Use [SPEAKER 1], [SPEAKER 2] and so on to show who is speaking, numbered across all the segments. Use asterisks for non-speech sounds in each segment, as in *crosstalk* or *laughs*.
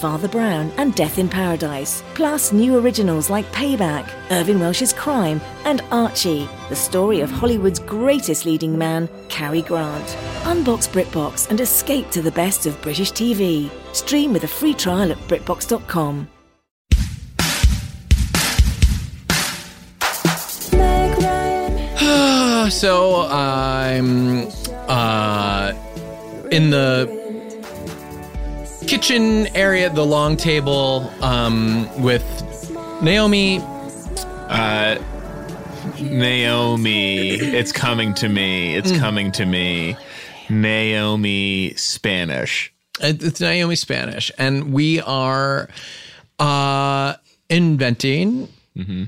[SPEAKER 1] Father Brown, and Death in Paradise, plus new originals like Payback, Irving Welsh's Crime, and Archie, the story of Hollywood's greatest leading man, Cary Grant. Unbox BritBox and escape to the best of British TV. Stream with a free trial at BritBox.com.
[SPEAKER 2] Uh, so I'm uh, in the kitchen area, the long table um, with Naomi.
[SPEAKER 3] Uh, Naomi, it's coming to me. It's coming to me. Naomi Spanish.
[SPEAKER 2] It- It's Naomi Spanish, and we are uh, inventing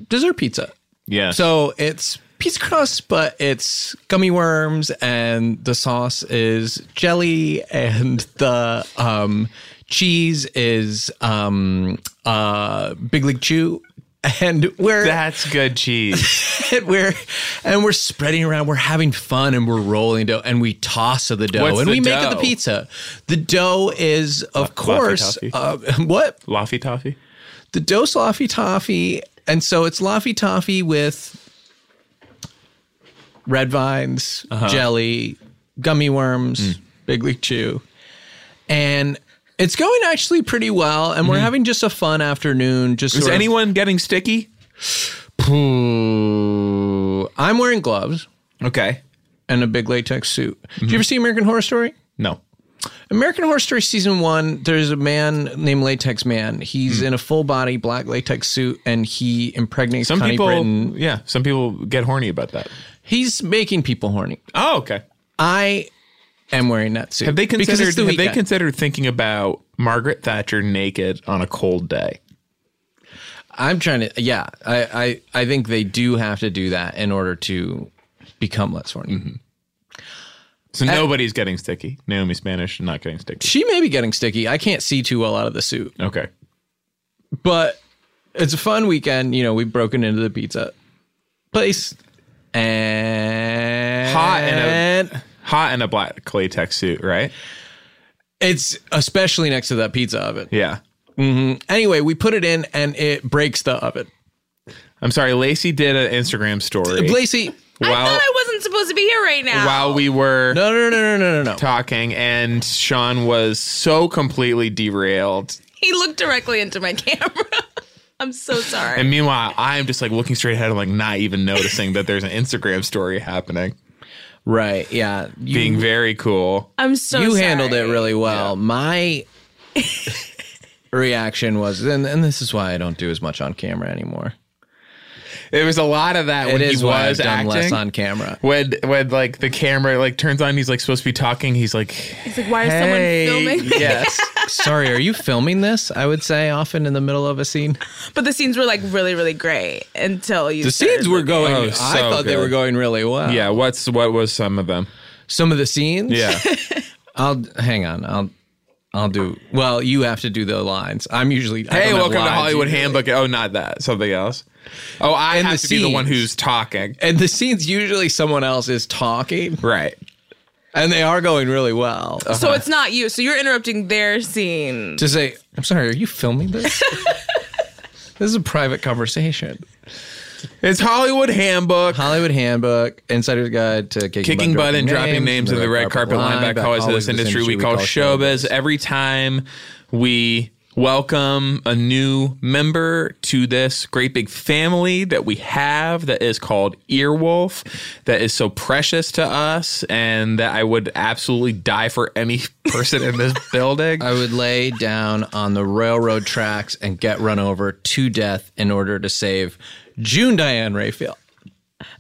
[SPEAKER 2] dessert pizza.
[SPEAKER 3] Yeah.
[SPEAKER 2] So it's pizza crust, but it's gummy worms, and the sauce is jelly, and the um, cheese is um, uh, Big League Chew. And we're
[SPEAKER 3] that's good *laughs* cheese.
[SPEAKER 2] *laughs* and we're and we're spreading around. We're having fun and we're rolling dough and we toss of the dough
[SPEAKER 3] What's
[SPEAKER 2] and
[SPEAKER 3] the
[SPEAKER 2] we make it the
[SPEAKER 3] dough?
[SPEAKER 2] pizza. The dough is, of course,
[SPEAKER 3] Toffee?
[SPEAKER 2] uh, *laughs* what
[SPEAKER 3] Laffy Toffee.
[SPEAKER 2] the dose Laffy Toffee, and so it's Laffy Toffee with red vines,
[SPEAKER 3] Uh-huh.
[SPEAKER 2] jelly, gummy worms,
[SPEAKER 3] Mm.
[SPEAKER 2] Big League Chew, and it's going actually pretty well. And we're having just a fun afternoon. Just
[SPEAKER 3] Mm-hmm. Is
[SPEAKER 2] sort of-
[SPEAKER 3] anyone getting sticky?
[SPEAKER 2] Poo. I'm wearing gloves
[SPEAKER 3] Okay.
[SPEAKER 2] and a big latex suit.
[SPEAKER 3] Mm-hmm.
[SPEAKER 2] Did you ever see American Horror Story?
[SPEAKER 3] No.
[SPEAKER 2] American Horror Story season one, there's a man named Latex Man. He's
[SPEAKER 3] Mm.
[SPEAKER 2] in a full body black latex suit and he impregnates
[SPEAKER 3] Some
[SPEAKER 2] Connie
[SPEAKER 3] people.
[SPEAKER 2] Britton.
[SPEAKER 3] Yeah. Some people get horny about that.
[SPEAKER 2] He's making people horny.
[SPEAKER 3] Oh, okay.
[SPEAKER 2] I am wearing that suit.
[SPEAKER 3] Have they
[SPEAKER 2] because it's
[SPEAKER 3] considered?
[SPEAKER 2] the
[SPEAKER 3] have they
[SPEAKER 2] weekend.
[SPEAKER 3] considered thinking about Margaret Thatcher naked on a cold day?
[SPEAKER 2] I'm trying to yeah, I, I I think they do have to do that in order to become less horny.
[SPEAKER 3] Mm-hmm. So nobody's getting sticky. Naomi Spanish not getting sticky.
[SPEAKER 2] She may be getting sticky. I can't see too well out of the suit.
[SPEAKER 3] Okay.
[SPEAKER 2] but it's a fun weekend. You know, we've broken into the pizza place and
[SPEAKER 3] Hot and Hot in a black latex suit, right?
[SPEAKER 2] it's especially next to that pizza oven.
[SPEAKER 3] Yeah.
[SPEAKER 2] Anyway, we put it in and it breaks the oven.
[SPEAKER 3] I'm sorry, Lacey did an Instagram story
[SPEAKER 2] Lacey,
[SPEAKER 4] I
[SPEAKER 3] while
[SPEAKER 4] thought I wasn't supposed to be here right now.
[SPEAKER 3] while we were
[SPEAKER 2] no, no, no, no, no, no, no.
[SPEAKER 3] talking, and Sean was so completely derailed.
[SPEAKER 4] He looked directly into my *laughs* camera. I'm so sorry.
[SPEAKER 3] And meanwhile, I'm just like looking straight ahead, I'm like not even noticing that there's an Instagram story happening.
[SPEAKER 2] Right? Yeah, you,
[SPEAKER 3] Being very cool.
[SPEAKER 4] I'm so
[SPEAKER 2] you
[SPEAKER 4] sorry.
[SPEAKER 2] handled it really well. My reaction was, and, and this is why I don't do as much on camera anymore.
[SPEAKER 3] There was a lot of that
[SPEAKER 2] It
[SPEAKER 3] when he
[SPEAKER 2] is
[SPEAKER 3] was
[SPEAKER 2] why I've done
[SPEAKER 3] acting.
[SPEAKER 2] less on camera.
[SPEAKER 3] when when like the camera like turns on, he's like supposed to be talking. He's like,
[SPEAKER 4] It's like, why is
[SPEAKER 3] hey,
[SPEAKER 4] someone filming?
[SPEAKER 3] yes.
[SPEAKER 2] Sorry, are you filming this? I would say often in the middle of a scene.
[SPEAKER 4] But the scenes were like really, really great until you.
[SPEAKER 2] The scenes
[SPEAKER 4] started
[SPEAKER 2] were
[SPEAKER 4] looking-
[SPEAKER 2] going.
[SPEAKER 3] Oh,
[SPEAKER 2] I
[SPEAKER 3] so
[SPEAKER 2] thought they
[SPEAKER 3] good.
[SPEAKER 2] were going really well.
[SPEAKER 3] yeah. What's what was some
[SPEAKER 2] *laughs*
[SPEAKER 3] of them?
[SPEAKER 2] Some of the scenes.
[SPEAKER 3] Yeah.
[SPEAKER 2] I'll hang on. I'll I'll do. Well, you have to do the lines. I'm usually. I
[SPEAKER 3] Hey,
[SPEAKER 2] don't have
[SPEAKER 3] welcome to
[SPEAKER 2] lines.
[SPEAKER 3] Hollywood Handbook. Oh, not that. Something else. Oh, I
[SPEAKER 2] And
[SPEAKER 3] have
[SPEAKER 2] the
[SPEAKER 3] to be the one
[SPEAKER 2] scenes.
[SPEAKER 3] who's talking.
[SPEAKER 2] And the scenes usually someone else is talking,
[SPEAKER 3] Right.
[SPEAKER 2] and they are going really well.
[SPEAKER 3] Uh-huh.
[SPEAKER 4] So it's not you. So you're interrupting their scene.
[SPEAKER 2] to say, I'm sorry, are you filming
[SPEAKER 4] *laughs*
[SPEAKER 2] this? this is a private conversation.
[SPEAKER 3] It's Hollywood Handbook.
[SPEAKER 2] Hollywood Handbook, Insider's Guide to Kicking,
[SPEAKER 3] Kicking butt and dropping names
[SPEAKER 2] in
[SPEAKER 3] in the red carpet line by colors of this industry we call showbiz. Every time we welcome a new member to this great big family that we have that is called Earwolf, that is so precious to us, and that I would absolutely die for any person in *laughs* this building.
[SPEAKER 2] I would lay down on the railroad tracks and get run over to death in order to save June Diane Raphael.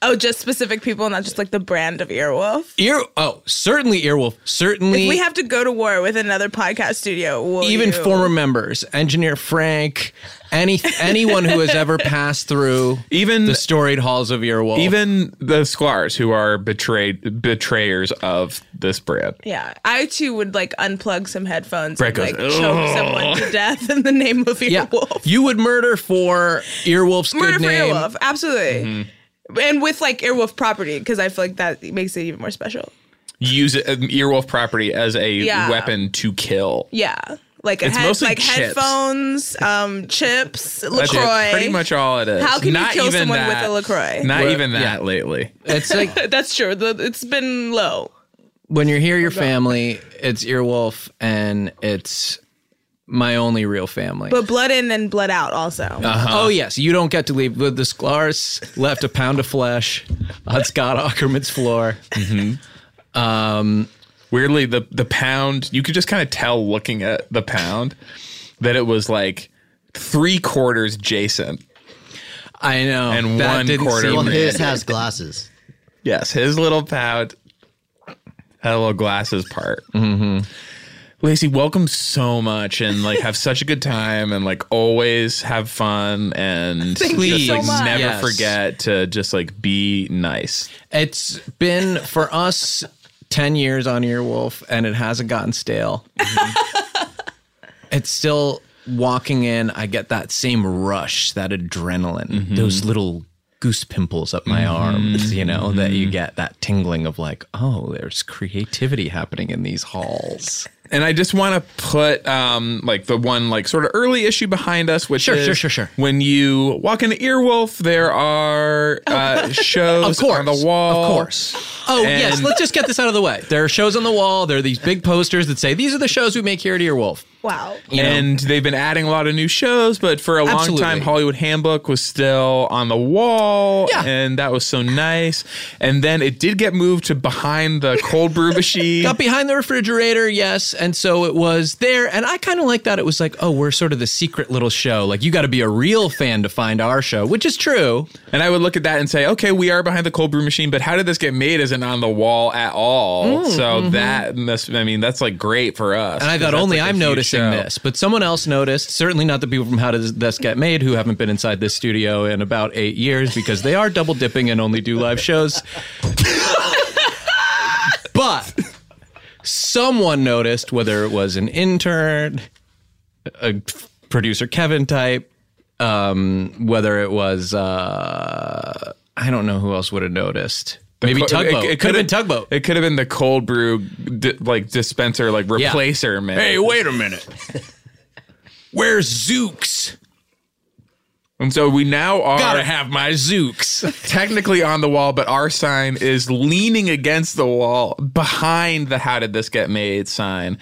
[SPEAKER 4] Oh, just specific people, not just like the brand of Earwolf.
[SPEAKER 2] Ear oh, certainly Earwolf. Certainly
[SPEAKER 4] If we have to go to war with another podcast studio, will
[SPEAKER 2] even
[SPEAKER 4] you-
[SPEAKER 2] former members, engineer Frank, any anyone who has ever passed through
[SPEAKER 3] *laughs* Even-
[SPEAKER 2] the storied halls of Earwolf.
[SPEAKER 3] Even the Squires, who are betrayed betrayers of this brand.
[SPEAKER 4] Yeah, I too would like unplug some headphones
[SPEAKER 3] Brett goes,
[SPEAKER 4] and like choke someone to death in the name of
[SPEAKER 2] Oh. yeah,
[SPEAKER 4] *laughs* Earwolf.
[SPEAKER 2] you would murder for Earwolf's
[SPEAKER 4] Murder
[SPEAKER 2] good
[SPEAKER 4] for
[SPEAKER 2] name.
[SPEAKER 4] Earwolf, absolutely.
[SPEAKER 3] Mm-hmm.
[SPEAKER 4] And with like Earwolf property, because I feel like that makes it even more special.
[SPEAKER 3] Use um, Earwolf property as a
[SPEAKER 4] Yeah.
[SPEAKER 3] weapon to kill.
[SPEAKER 4] Yeah. Like a
[SPEAKER 3] It's
[SPEAKER 4] head,
[SPEAKER 3] mostly
[SPEAKER 4] like
[SPEAKER 3] chips.
[SPEAKER 4] headphones, um,
[SPEAKER 3] *laughs*
[SPEAKER 4] chips,
[SPEAKER 3] That's
[SPEAKER 4] LaCroix.
[SPEAKER 3] pretty
[SPEAKER 4] *laughs*
[SPEAKER 3] much all it is.
[SPEAKER 4] How can you
[SPEAKER 3] Not
[SPEAKER 4] kill
[SPEAKER 3] even
[SPEAKER 4] someone with
[SPEAKER 3] that.
[SPEAKER 4] a LaCroix?
[SPEAKER 3] Not
[SPEAKER 2] Well,
[SPEAKER 3] even that
[SPEAKER 2] yeah.
[SPEAKER 3] lately.
[SPEAKER 2] *laughs* It's like
[SPEAKER 4] That's true. The, it's been low.
[SPEAKER 2] when you're
[SPEAKER 4] *laughs* Oh,
[SPEAKER 2] here, your family, it's Earwolf, and it's my only real family.
[SPEAKER 4] But blood in and blood out also.
[SPEAKER 3] Uh-huh.
[SPEAKER 2] Oh yes, you don't get to leave. The, the Sklars left a pound of flesh on Scott Ackerman's floor.
[SPEAKER 3] Weirdly, the the pound you could just kind of tell looking at the pound that it was like three quarters Jason.
[SPEAKER 2] I know,
[SPEAKER 3] And
[SPEAKER 2] that
[SPEAKER 3] one
[SPEAKER 2] didn't
[SPEAKER 3] quarter
[SPEAKER 5] Well,
[SPEAKER 2] seem-
[SPEAKER 3] man.
[SPEAKER 5] his has
[SPEAKER 3] *laughs*
[SPEAKER 5] glasses.
[SPEAKER 3] Yes, his little pound had a little glasses part. Mm-hmm. Lacey, welcome so much and like have such a good time and like always have fun
[SPEAKER 2] *laughs*
[SPEAKER 3] and
[SPEAKER 4] Thank
[SPEAKER 2] you
[SPEAKER 3] just,
[SPEAKER 2] so
[SPEAKER 3] like
[SPEAKER 4] much.
[SPEAKER 3] never
[SPEAKER 2] Yes.
[SPEAKER 3] forget to just like be nice.
[SPEAKER 2] It's been for us ten years on Earwolf, and it hasn't gotten stale. it's still walking in. I get that same rush, that adrenaline, those little goose pimples up my arms. You know that you get that tingling of like, oh, there's creativity happening in these halls.
[SPEAKER 3] and I just want to put um, like the one like sort of early issue behind us, which
[SPEAKER 2] Sure,
[SPEAKER 3] is
[SPEAKER 2] sure, sure, sure.
[SPEAKER 3] When you walk into Earwolf, there
[SPEAKER 2] *laughs*
[SPEAKER 3] are uh, shows
[SPEAKER 2] Of course,
[SPEAKER 3] on the wall.
[SPEAKER 2] Of course. Oh yes,
[SPEAKER 3] And-
[SPEAKER 2] let's just get this out of the way. There are shows on the wall. There are these big posters that say these are the shows we make here at Earwolf.
[SPEAKER 4] Wow.
[SPEAKER 2] You know?
[SPEAKER 3] And they've been adding a lot of new shows, but for a
[SPEAKER 2] Absolutely.
[SPEAKER 3] long time, Hollywood Handbook was still on the wall,
[SPEAKER 2] Yeah.
[SPEAKER 3] and that was so nice. And then it did get moved to behind the
[SPEAKER 2] *laughs*
[SPEAKER 3] cold brew machine.
[SPEAKER 2] Got behind the refrigerator, yes, and so it was there. And I kind of like that. It was like, oh, we're sort of the secret little show. Like you got to be a real fan to find our show, which is true.
[SPEAKER 3] And I would look at that and say, okay, we are behind the cold brew machine, but how did this get made isn't on the wall at all. so that must, I mean, that's like great for
[SPEAKER 2] Mm,
[SPEAKER 3] us.
[SPEAKER 2] mm-hmm. And I
[SPEAKER 3] 'cause
[SPEAKER 2] thought
[SPEAKER 3] that's,
[SPEAKER 2] only
[SPEAKER 3] like, a
[SPEAKER 2] I'm
[SPEAKER 3] huge
[SPEAKER 2] noticing
[SPEAKER 3] show.
[SPEAKER 2] this, but someone else noticed. Certainly not the people from How Does This Get Made who haven't been inside this studio in about eight years because they are double dipping and only do live shows. but someone noticed, whether it was an intern, a producer Kevin type, um, whether it was, uh, I don't know who else would have noticed. Maybe
[SPEAKER 3] Co-
[SPEAKER 2] Tugboat. It, could have been Tugboat.
[SPEAKER 3] It could have been the cold brew di- like dispenser, like
[SPEAKER 2] Yeah.
[SPEAKER 3] replacer, man.
[SPEAKER 2] wait a minute. Where's Zooks?
[SPEAKER 3] And so we now are
[SPEAKER 2] have my Zooks.
[SPEAKER 3] technically on the wall, but our sign is leaning against the wall behind the How Did This Get Made sign.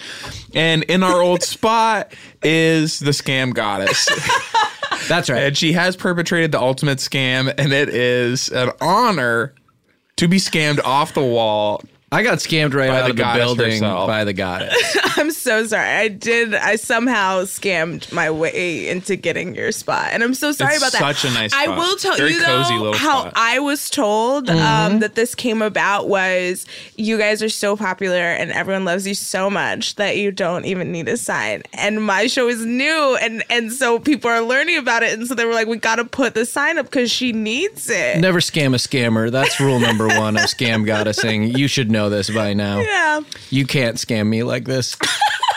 [SPEAKER 3] And in our old spot is the scam goddess. *laughs*
[SPEAKER 2] That's right.
[SPEAKER 3] And she has perpetrated the ultimate scam, and it is an honor to be scammed off the wall.
[SPEAKER 2] I got scammed right out
[SPEAKER 3] By the
[SPEAKER 2] of the
[SPEAKER 3] goddess
[SPEAKER 2] building
[SPEAKER 3] herself.
[SPEAKER 2] by the goddess.
[SPEAKER 4] I'm so sorry. I did. I somehow scammed my way into getting your spot, and I'm so sorry
[SPEAKER 3] It's
[SPEAKER 4] about that.
[SPEAKER 3] such a nice
[SPEAKER 4] I
[SPEAKER 3] spot.
[SPEAKER 4] will tell
[SPEAKER 3] Very
[SPEAKER 4] you
[SPEAKER 3] cozy
[SPEAKER 4] though
[SPEAKER 3] little
[SPEAKER 4] how
[SPEAKER 3] spot.
[SPEAKER 4] I was told um, that this came about was you guys are so popular and everyone loves you so much that you don't even need a sign. And my show is new, and and so people are learning about it, and so they were like, we got to put the sign up because she needs it.
[SPEAKER 2] Never scam a scammer. That's rule number one of scam goddessing. You should know this by now.
[SPEAKER 4] Yeah.
[SPEAKER 2] You can't scam me like this.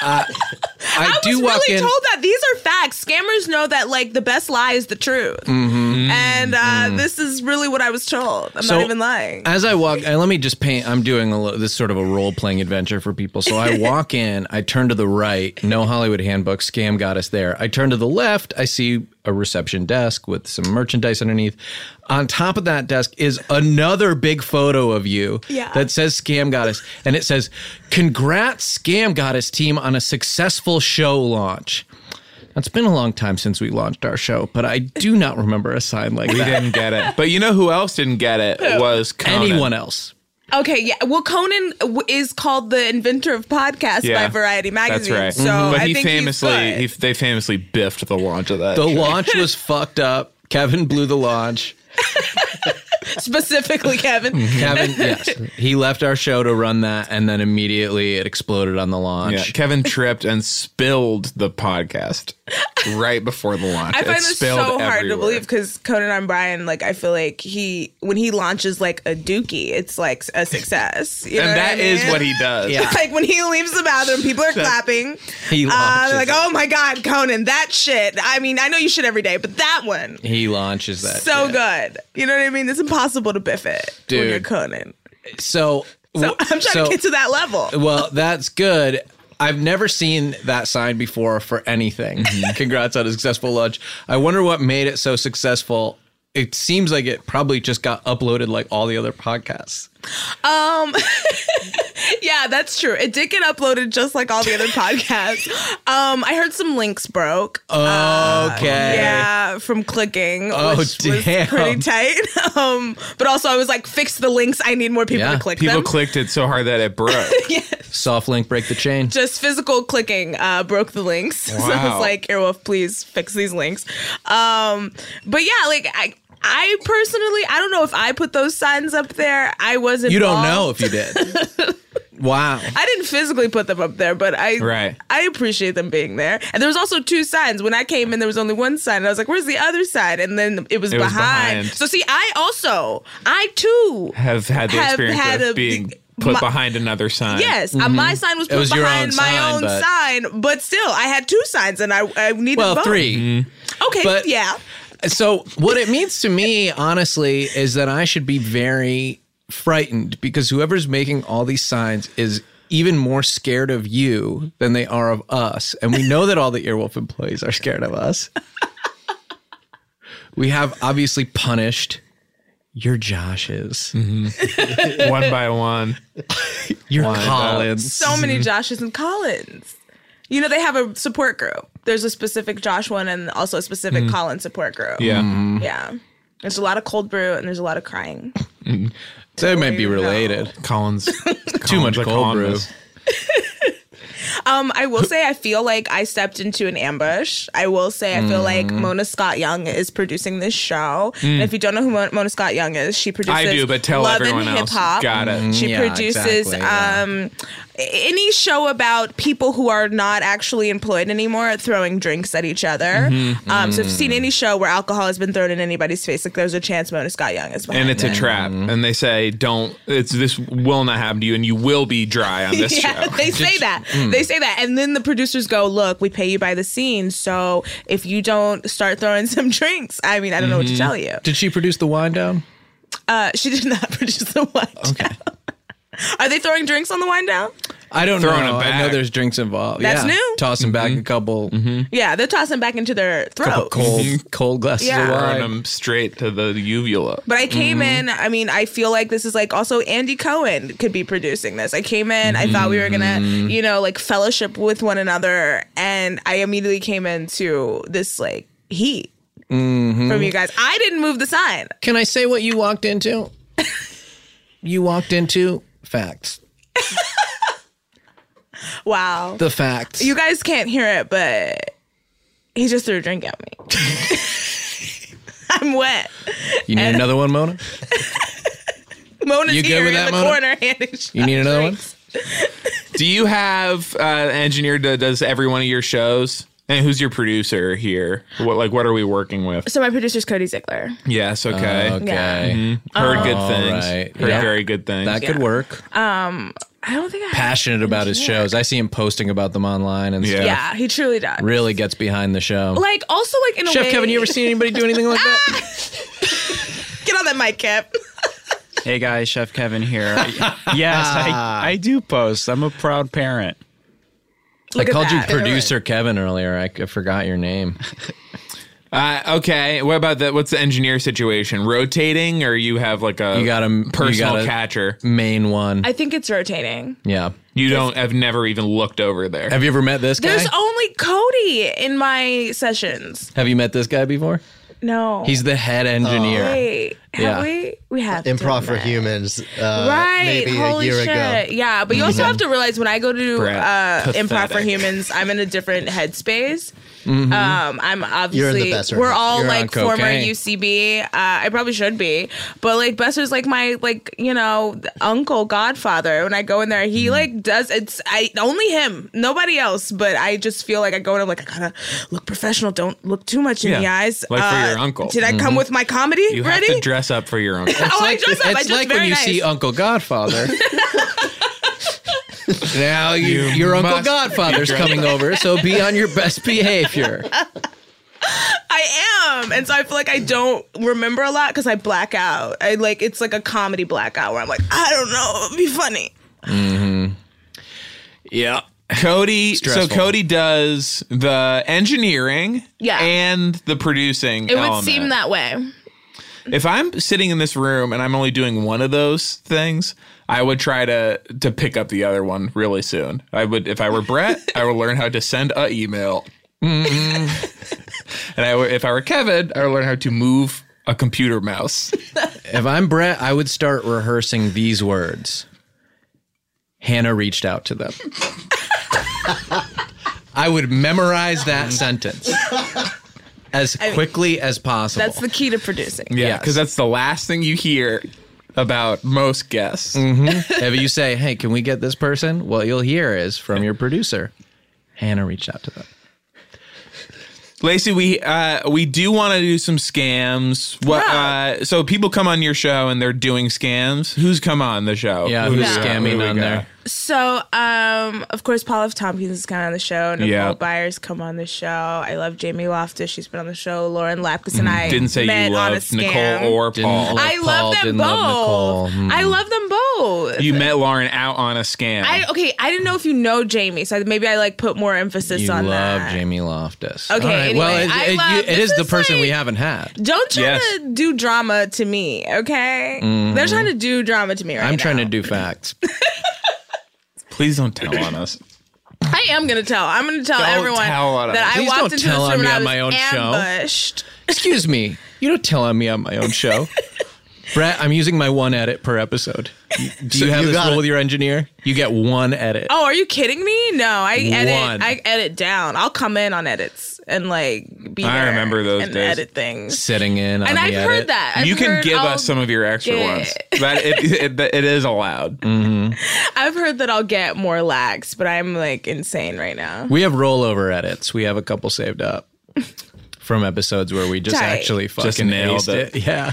[SPEAKER 2] Uh, I,
[SPEAKER 4] I
[SPEAKER 2] do
[SPEAKER 4] was
[SPEAKER 2] walk
[SPEAKER 4] really
[SPEAKER 2] in.
[SPEAKER 4] told that these are facts. Scammers know that like the best lie is the truth,
[SPEAKER 3] Mm-hmm.
[SPEAKER 4] and uh, this is really what I was told. I'm
[SPEAKER 2] So-
[SPEAKER 4] not even lying.
[SPEAKER 2] As I walk, and let me just paint. I'm doing a, lo- this sort of a role playing adventure for people. So I walk in, I turn to the right, no Hollywood handbook, scam got us there. I turn to the left, I see a reception desk with some merchandise underneath. On top of that desk is another big photo of you
[SPEAKER 4] Yeah.
[SPEAKER 2] that says Scam Goddess, and it says, Congrats, Scam Goddess team, on a successful show launch. It's been a long time since we launched our show, but I do not remember a sign like
[SPEAKER 3] We
[SPEAKER 2] that.
[SPEAKER 3] didn't get it. But you know who else didn't get it was Conan.
[SPEAKER 2] Anyone else?
[SPEAKER 4] okay, yeah. Well, Conan w- is called the inventor of podcasts
[SPEAKER 3] Yeah,
[SPEAKER 4] by Variety magazine.
[SPEAKER 3] That's right.
[SPEAKER 4] So
[SPEAKER 3] Mm-hmm. but
[SPEAKER 4] I
[SPEAKER 3] he
[SPEAKER 4] think he's
[SPEAKER 3] famously,
[SPEAKER 4] *laughs* good.
[SPEAKER 3] he, they famously biffed the launch of that.
[SPEAKER 2] The launch was fucked up. Kevin blew the launch.
[SPEAKER 3] *laughs*
[SPEAKER 4] specifically Kevin. *laughs*
[SPEAKER 2] Kevin, yes, he left our show to run that, and then immediately it exploded on the launch.
[SPEAKER 3] Yeah,
[SPEAKER 4] *laughs*
[SPEAKER 3] Kevin tripped and spilled the podcast right before the launch.
[SPEAKER 4] I find
[SPEAKER 3] It
[SPEAKER 4] this so
[SPEAKER 3] spilled
[SPEAKER 4] hard to
[SPEAKER 3] everywhere.
[SPEAKER 4] believe because Conan O'Brien, like, I feel like he when he launches like a dookie, it's like a success. You know
[SPEAKER 3] And that
[SPEAKER 4] I
[SPEAKER 3] is
[SPEAKER 4] mean?
[SPEAKER 3] what
[SPEAKER 4] *laughs*
[SPEAKER 3] he does.
[SPEAKER 2] Yeah.
[SPEAKER 4] Like when he leaves the bathroom,
[SPEAKER 3] *laughs*
[SPEAKER 4] people are clapping.
[SPEAKER 2] He
[SPEAKER 4] Uh,
[SPEAKER 2] launches
[SPEAKER 4] they're like,
[SPEAKER 2] it.
[SPEAKER 4] oh my god, Conan, that shit. I mean, I know you shit every day, but that one,
[SPEAKER 2] He launches that.
[SPEAKER 4] "Oh." so
[SPEAKER 2] shit.
[SPEAKER 4] good. You know what I mean? It's impossible to biff it when
[SPEAKER 2] Dude.
[SPEAKER 4] you're Conan.
[SPEAKER 2] So,
[SPEAKER 4] So I'm trying to get to that level.
[SPEAKER 2] Well, that's good. I've never seen that sign before for anything.
[SPEAKER 4] Mm-hmm.
[SPEAKER 2] Congrats on a successful launch. I wonder what made it so successful. It seems like it probably just got uploaded like all the other podcasts.
[SPEAKER 4] *laughs* Yeah, that's true. It did get uploaded just like all
[SPEAKER 2] *laughs*
[SPEAKER 4] the other podcasts. Um, I heard some links broke.
[SPEAKER 2] Okay.
[SPEAKER 4] Uh, Yeah, from clicking.
[SPEAKER 2] Oh,
[SPEAKER 4] which
[SPEAKER 2] damn.
[SPEAKER 4] Was pretty tight. *laughs* Um, but also I was like, fix the links. I need more people
[SPEAKER 2] Yeah,
[SPEAKER 4] to click
[SPEAKER 3] People
[SPEAKER 4] them.
[SPEAKER 3] clicked it so hard that it
[SPEAKER 4] *laughs*
[SPEAKER 3] broke.
[SPEAKER 2] Soft link break the chain.
[SPEAKER 4] just physical clicking uh, broke the links. *laughs* so I
[SPEAKER 3] Wow.
[SPEAKER 4] was like, Airwolf, please fix these links. Um, but yeah, like I, I personally, I don't know if I put those signs up there. I wasn't.
[SPEAKER 2] You don't know if you did. wow.
[SPEAKER 4] I didn't physically put them up there, but I
[SPEAKER 3] Right.
[SPEAKER 4] I appreciate them being there. And there was also two signs. When I came in, there was only one sign. And I was like, "Where's the other sign?" And then it was,
[SPEAKER 3] It was
[SPEAKER 4] behind.
[SPEAKER 3] behind.
[SPEAKER 4] So see, I also, I too
[SPEAKER 3] Have had the
[SPEAKER 4] Have
[SPEAKER 3] experience
[SPEAKER 4] had
[SPEAKER 3] of
[SPEAKER 4] a-
[SPEAKER 3] being put
[SPEAKER 4] my-
[SPEAKER 3] behind another sign.
[SPEAKER 4] Yes, uh, my sign was put
[SPEAKER 2] Mm-hmm. was your
[SPEAKER 4] behind
[SPEAKER 2] own
[SPEAKER 4] my
[SPEAKER 2] sign,
[SPEAKER 4] own
[SPEAKER 2] but-
[SPEAKER 4] sign, but still, I had two signs, and I, I needed
[SPEAKER 2] Well,
[SPEAKER 4] both.
[SPEAKER 2] three.
[SPEAKER 4] Okay,
[SPEAKER 2] But-
[SPEAKER 4] yeah.
[SPEAKER 2] So, what it means to me, honestly, is that I should be very frightened because whoever's making all these signs is even more scared of you than they are of us. And we know that all the Earwolf employees are scared of us. We have obviously punished your Joshes,
[SPEAKER 3] One by one.
[SPEAKER 2] your
[SPEAKER 3] Lined up.
[SPEAKER 2] Collins.
[SPEAKER 4] So many Joshes and Collins. You know, they have a support group. There's a specific Josh one, and also a specific Collins support group.
[SPEAKER 3] Yeah.
[SPEAKER 4] yeah. There's a lot of cold brew, and there's a lot of crying.
[SPEAKER 2] that might be
[SPEAKER 4] No.
[SPEAKER 2] related.
[SPEAKER 4] *laughs*
[SPEAKER 3] Collins.
[SPEAKER 2] Too much cold brew.
[SPEAKER 4] Um, I will say I feel like I stepped into an ambush. I will say I feel
[SPEAKER 3] Mm.
[SPEAKER 4] like Mona Scott Young is producing this show. And if you don't know who Mon- Mona Scott Young is, she produces
[SPEAKER 3] I do, but tell
[SPEAKER 4] Love
[SPEAKER 3] everyone
[SPEAKER 4] and
[SPEAKER 3] else.
[SPEAKER 4] Hip Hop.
[SPEAKER 3] Got it.
[SPEAKER 4] She
[SPEAKER 2] Mm, Yeah,
[SPEAKER 4] produces
[SPEAKER 2] exactly, yeah.
[SPEAKER 4] um any show about people who are not actually employed anymore throwing drinks at each other.
[SPEAKER 3] Mm-hmm.
[SPEAKER 4] Um, so if you've seen
[SPEAKER 3] Mm.
[SPEAKER 4] any show where alcohol has been thrown in anybody's face, like there's a chance Mona Scott Young is behind.
[SPEAKER 3] And it's a trap.
[SPEAKER 2] Mm-hmm.
[SPEAKER 3] And they say, don't, it's this will not happen to you and you will be dry on this
[SPEAKER 4] *laughs* yeah,
[SPEAKER 3] show.
[SPEAKER 4] they say that. They say that. And then the producers go, look, we pay you by the scene. So if you don't start throwing *laughs* some drinks, I mean, I don't know what to tell you.
[SPEAKER 2] Did she produce the wine down?
[SPEAKER 4] Uh, she did not *laughs* produce the wine down. Are they throwing drinks on the wine down?
[SPEAKER 2] I don't
[SPEAKER 3] Throwing
[SPEAKER 2] know.
[SPEAKER 3] it
[SPEAKER 2] I know
[SPEAKER 3] back. Mm-hmm.
[SPEAKER 2] there's drinks involved.
[SPEAKER 4] That's
[SPEAKER 2] yeah.
[SPEAKER 4] new?
[SPEAKER 2] Tossing back a couple Oh.
[SPEAKER 4] Yeah, they're tossing back into their throat.
[SPEAKER 2] cold cold glasses
[SPEAKER 4] Yeah.
[SPEAKER 2] of wine.
[SPEAKER 3] Throwing them straight to the uvula.
[SPEAKER 4] But I came in,
[SPEAKER 2] Mm-hmm.
[SPEAKER 4] I mean, I feel like this is like also Andy Cohen could be producing this. I came in, I thought we were gonna,
[SPEAKER 2] Mm-hmm.
[SPEAKER 4] you know, like fellowship with one another, and I immediately came into this like heat
[SPEAKER 2] Mm-hmm.
[SPEAKER 4] from you guys. I didn't move the sign.
[SPEAKER 2] Can I say what you walked
[SPEAKER 4] *laughs*
[SPEAKER 2] into? you walked into facts.
[SPEAKER 4] Wow.
[SPEAKER 2] The facts.
[SPEAKER 4] you guys can't hear it, but he just threw a drink at me.
[SPEAKER 2] *laughs*
[SPEAKER 4] I'm wet.
[SPEAKER 2] You
[SPEAKER 4] *laughs*
[SPEAKER 2] need another one, Mona?
[SPEAKER 4] Mona's
[SPEAKER 2] You good
[SPEAKER 4] here
[SPEAKER 2] with
[SPEAKER 4] in
[SPEAKER 2] that,
[SPEAKER 4] the
[SPEAKER 2] Mona?
[SPEAKER 4] corner *laughs* handing
[SPEAKER 2] You need another one?
[SPEAKER 3] Do you have uh, an engineer that does every one of your shows? And who's your producer here? What like what are we working with?
[SPEAKER 4] So my producer's Cody Ziegler.
[SPEAKER 3] Yes, okay. Mm-hmm.
[SPEAKER 2] Okay.
[SPEAKER 4] Yeah.
[SPEAKER 3] Heard
[SPEAKER 5] Oh,
[SPEAKER 3] good things.
[SPEAKER 2] right.
[SPEAKER 3] Heard
[SPEAKER 2] Yeah.
[SPEAKER 3] very good things.
[SPEAKER 2] That could work.
[SPEAKER 4] I don't think I
[SPEAKER 2] Passionate about his
[SPEAKER 4] engineer.
[SPEAKER 2] shows. I see him posting about them online and
[SPEAKER 3] Yeah.
[SPEAKER 2] stuff.
[SPEAKER 4] Yeah, he truly does.
[SPEAKER 2] Really gets behind the show.
[SPEAKER 4] Like also like in a
[SPEAKER 2] Chef
[SPEAKER 4] way.
[SPEAKER 2] Kevin, you ever seen anybody do anything like
[SPEAKER 4] *laughs*
[SPEAKER 2] that?
[SPEAKER 4] get on that mic, Cap?
[SPEAKER 5] Hey guys, Chef Kevin here. *laughs* yes, I, I do post. I'm a proud parent.
[SPEAKER 2] I
[SPEAKER 4] *laughs* Look at
[SPEAKER 2] called you
[SPEAKER 4] that.
[SPEAKER 2] producer Kevin earlier. I, I forgot your name.
[SPEAKER 3] Uh, okay. What about that? What's the engineer situation? Rotating, or you have like a
[SPEAKER 2] You got a-
[SPEAKER 3] personal
[SPEAKER 2] you got a-
[SPEAKER 3] catcher?
[SPEAKER 2] Main one.
[SPEAKER 4] I think it's rotating.
[SPEAKER 2] yeah.
[SPEAKER 3] You don't. I've never even looked over there.
[SPEAKER 2] Have you ever met this guy?
[SPEAKER 4] There's only Cody in my sessions.
[SPEAKER 2] Have you met this guy before?
[SPEAKER 4] No.
[SPEAKER 2] He's the head engineer.
[SPEAKER 4] Wait, have
[SPEAKER 2] Yeah.
[SPEAKER 4] we? We have
[SPEAKER 6] Improv
[SPEAKER 4] done
[SPEAKER 6] for
[SPEAKER 4] that.
[SPEAKER 6] humans. Uh,
[SPEAKER 4] Right.
[SPEAKER 6] Maybe
[SPEAKER 4] Holy
[SPEAKER 6] a year
[SPEAKER 4] shit.
[SPEAKER 6] ago.
[SPEAKER 4] Yeah, but you also have to realize when I go to do
[SPEAKER 3] Brad,
[SPEAKER 4] uh, improv for
[SPEAKER 3] pathetic.
[SPEAKER 4] humans, I'm in a different headspace. Um, I'm obviously
[SPEAKER 6] You're in the Besser
[SPEAKER 4] we're
[SPEAKER 6] head.
[SPEAKER 4] all
[SPEAKER 2] You're
[SPEAKER 4] like
[SPEAKER 2] on
[SPEAKER 4] former
[SPEAKER 2] cocaine.
[SPEAKER 4] UCB. Uh, I probably should be, but like Besser's like my like you know uncle godfather. When I go in there, he like does it's I only him, nobody else. But I just feel like I go and I'm like I gotta look professional. Don't look too much in
[SPEAKER 3] Yeah.
[SPEAKER 4] the eyes. Uh,
[SPEAKER 3] Like for your uncle.
[SPEAKER 4] Did I come with my comedy
[SPEAKER 3] You
[SPEAKER 4] ready?
[SPEAKER 3] have to dress up for your uncle.
[SPEAKER 4] oh, I
[SPEAKER 2] Like-
[SPEAKER 4] dress up. I
[SPEAKER 2] It's
[SPEAKER 4] dress
[SPEAKER 2] like when
[SPEAKER 4] very
[SPEAKER 2] you
[SPEAKER 4] nice.
[SPEAKER 2] see Uncle
[SPEAKER 4] *laughs*
[SPEAKER 2] Godfather. now you,
[SPEAKER 3] You
[SPEAKER 2] your Uncle
[SPEAKER 3] must be
[SPEAKER 2] Godfather's
[SPEAKER 3] dressed
[SPEAKER 2] coming over, so be on your best behavior.
[SPEAKER 4] I am. And so I feel like I don't remember a lot because I black out. I like it's like a comedy blackout where I'm like, I don't know, it'd be funny.
[SPEAKER 2] Yeah.
[SPEAKER 3] Cody. So
[SPEAKER 2] Stressful.
[SPEAKER 3] Cody does the engineering
[SPEAKER 4] Yeah.
[SPEAKER 3] and the producing.
[SPEAKER 4] It would
[SPEAKER 3] element.
[SPEAKER 4] seem that way.
[SPEAKER 3] if I'm sitting in this room and I'm only doing one of those things, I would try to to pick up the other one really soon. I would if I were Brett,
[SPEAKER 4] *laughs*
[SPEAKER 3] I would learn how to send a email. Mm-hmm. *laughs* and I would, if I were Kevin, I would learn how to move a computer mouse.
[SPEAKER 2] If I'm Brett, I would start rehearsing these words. Hannah reached out to them. I would memorize that sentence as quickly as possible.
[SPEAKER 4] That's the key to producing.
[SPEAKER 3] Yeah, because that's the last thing you hear about most guests.
[SPEAKER 2] if you say, "Hey, can we get this person?" What you'll hear is from your producer, Hannah reached out to them.
[SPEAKER 3] Lacey, we uh, we do want to do some scams. What?
[SPEAKER 4] Yeah.
[SPEAKER 3] Uh, so people come on your show and they're doing scams. Who's come on the show?
[SPEAKER 2] Yeah,
[SPEAKER 3] Who do
[SPEAKER 2] who's
[SPEAKER 3] we got? Who do
[SPEAKER 2] scamming
[SPEAKER 3] we
[SPEAKER 2] on
[SPEAKER 3] got?
[SPEAKER 2] there?
[SPEAKER 4] So, um, of course, Paula F. Tompkins is coming on the show. Nicole
[SPEAKER 3] Yeah.
[SPEAKER 4] Byers come on the show. I love Jamie Loftus. She's been on the show. Lauren Lapkus and I
[SPEAKER 3] Mm, Didn't say
[SPEAKER 4] met
[SPEAKER 3] you
[SPEAKER 4] on a
[SPEAKER 3] loved
[SPEAKER 4] scam.
[SPEAKER 3] Nicole or
[SPEAKER 2] Didn't
[SPEAKER 3] Paul.
[SPEAKER 2] *laughs* love-
[SPEAKER 4] I love
[SPEAKER 2] Paul,
[SPEAKER 4] them
[SPEAKER 2] didn't love
[SPEAKER 4] both.
[SPEAKER 2] Nicole.
[SPEAKER 4] I
[SPEAKER 3] Mm.
[SPEAKER 4] love them both.
[SPEAKER 3] you met Lauren out on a scam.
[SPEAKER 4] I okay. I didn't know if you know Jamie, so maybe I like put more emphasis
[SPEAKER 2] You
[SPEAKER 4] on
[SPEAKER 2] love
[SPEAKER 4] that.
[SPEAKER 2] Jamie Loftus.
[SPEAKER 4] Okay,
[SPEAKER 2] well,
[SPEAKER 4] anyway,
[SPEAKER 2] it,
[SPEAKER 4] I
[SPEAKER 2] it- you-
[SPEAKER 4] love-
[SPEAKER 2] it
[SPEAKER 4] this
[SPEAKER 2] is the
[SPEAKER 4] is
[SPEAKER 2] person we
[SPEAKER 4] like-
[SPEAKER 2] haven't had.
[SPEAKER 4] Don't try
[SPEAKER 3] Yes.
[SPEAKER 4] to do drama to me, okay? They're trying to do drama to me right
[SPEAKER 2] I'm trying
[SPEAKER 4] now.
[SPEAKER 2] to do facts.
[SPEAKER 3] Please don't tell on us.
[SPEAKER 4] I am gonna tell. I'm gonna tell
[SPEAKER 3] Don't
[SPEAKER 4] everyone
[SPEAKER 3] tell on us.
[SPEAKER 4] that I
[SPEAKER 2] Please
[SPEAKER 4] walked
[SPEAKER 2] don't
[SPEAKER 4] into this
[SPEAKER 2] tell on
[SPEAKER 4] room and
[SPEAKER 2] me
[SPEAKER 4] I
[SPEAKER 2] on
[SPEAKER 4] was
[SPEAKER 2] my own show.
[SPEAKER 4] ambushed.
[SPEAKER 2] Excuse me. You don't tell on me on my own show.
[SPEAKER 4] *laughs*
[SPEAKER 2] Brett, I'm using my one edit per episode. Do you have
[SPEAKER 6] you
[SPEAKER 2] this
[SPEAKER 6] got
[SPEAKER 2] rule
[SPEAKER 6] it.
[SPEAKER 2] with your engineer? You get one edit.
[SPEAKER 4] Oh, are you kidding me? No, I
[SPEAKER 2] One.
[SPEAKER 4] edit. I edit down. I'll come in on edits and like be.
[SPEAKER 3] I
[SPEAKER 4] there
[SPEAKER 3] remember those
[SPEAKER 4] and
[SPEAKER 3] days.
[SPEAKER 4] edit things.
[SPEAKER 2] Sitting in on
[SPEAKER 4] And
[SPEAKER 2] the
[SPEAKER 4] I've
[SPEAKER 2] edit.
[SPEAKER 4] heard that. *laughs* I've
[SPEAKER 3] you can
[SPEAKER 4] heard
[SPEAKER 3] give
[SPEAKER 4] I'll-
[SPEAKER 3] us some of your extra
[SPEAKER 4] get-
[SPEAKER 3] ones. That it, it, it is allowed.
[SPEAKER 2] Mm.
[SPEAKER 4] I've heard that I'll get more lax, but I'm like insane right now.
[SPEAKER 2] We have rollover edits. We have a couple saved up from episodes where we just
[SPEAKER 4] Tight.
[SPEAKER 2] actually fucking
[SPEAKER 3] nailed
[SPEAKER 2] aced it. *laughs* Yeah.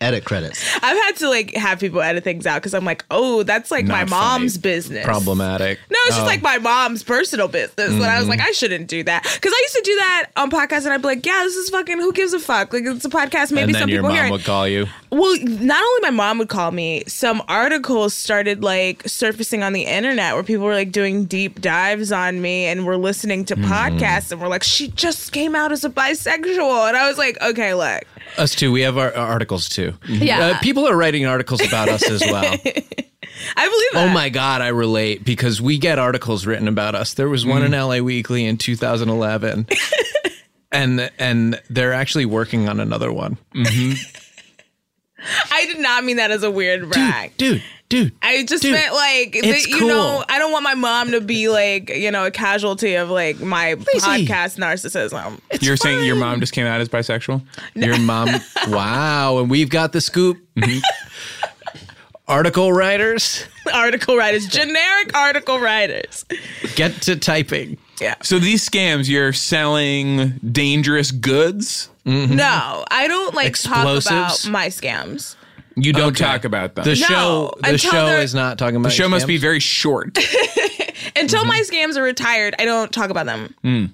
[SPEAKER 6] Edit credits.
[SPEAKER 4] I've had to like have people edit things out because I'm like, oh, that's like my
[SPEAKER 3] Not funny.
[SPEAKER 4] mom's business.
[SPEAKER 2] Problematic. Um,
[SPEAKER 4] No, it's just like my mom's personal business. And
[SPEAKER 2] Mm-hmm.
[SPEAKER 4] I was like, I shouldn't do that. Because I used to do that on podcasts and I'd be like, yeah, this is fucking, who gives a fuck? Like, it's a podcast. Maybe
[SPEAKER 2] and then
[SPEAKER 4] some
[SPEAKER 2] your
[SPEAKER 4] people
[SPEAKER 2] mom
[SPEAKER 4] hear it.
[SPEAKER 2] would call you.
[SPEAKER 4] Well, not only my mom would call me, some articles started like surfacing on the internet where people were like doing deep dives on me and were listening to
[SPEAKER 2] Mm-hmm.
[SPEAKER 4] podcasts and were like, she just came out as a bisexual. And I was like, okay, look.
[SPEAKER 2] Us too. We have our, our articles too.
[SPEAKER 4] Mm-hmm. Yeah.
[SPEAKER 2] Uh, people are writing articles about us as
[SPEAKER 4] *laughs*
[SPEAKER 2] well.
[SPEAKER 4] I believe that.
[SPEAKER 2] Oh my God, I relate because we get articles written about us. There was one in LA Weekly in
[SPEAKER 4] *laughs*
[SPEAKER 2] 2011, and and they're actually working on another one.
[SPEAKER 4] I did not mean that as a weird brag.
[SPEAKER 2] Dude, dude,
[SPEAKER 4] I just
[SPEAKER 2] Dude,
[SPEAKER 4] meant like the,
[SPEAKER 2] it's
[SPEAKER 4] you know
[SPEAKER 2] cool.
[SPEAKER 4] I don't want my mom to be like you know a casualty of like my podcast narcissism.
[SPEAKER 3] You're saying your mom just came out as bisexual?
[SPEAKER 2] your mom. wow, and we've got the scoop. Article writers,
[SPEAKER 4] article writers, generic article writers.
[SPEAKER 2] get to typing.
[SPEAKER 4] Yeah.
[SPEAKER 3] So these scams, you're selling dangerous goods.
[SPEAKER 4] No, I don't like talk
[SPEAKER 2] Explosives?
[SPEAKER 4] about my scams.
[SPEAKER 3] You don't talk about them.
[SPEAKER 2] The
[SPEAKER 3] The,
[SPEAKER 2] show, the
[SPEAKER 4] until
[SPEAKER 2] show
[SPEAKER 4] they're-
[SPEAKER 2] is not talking about. The
[SPEAKER 3] show must be very short.
[SPEAKER 4] Until my
[SPEAKER 2] Mm-hmm.
[SPEAKER 4] scams are retired, I don't talk about them.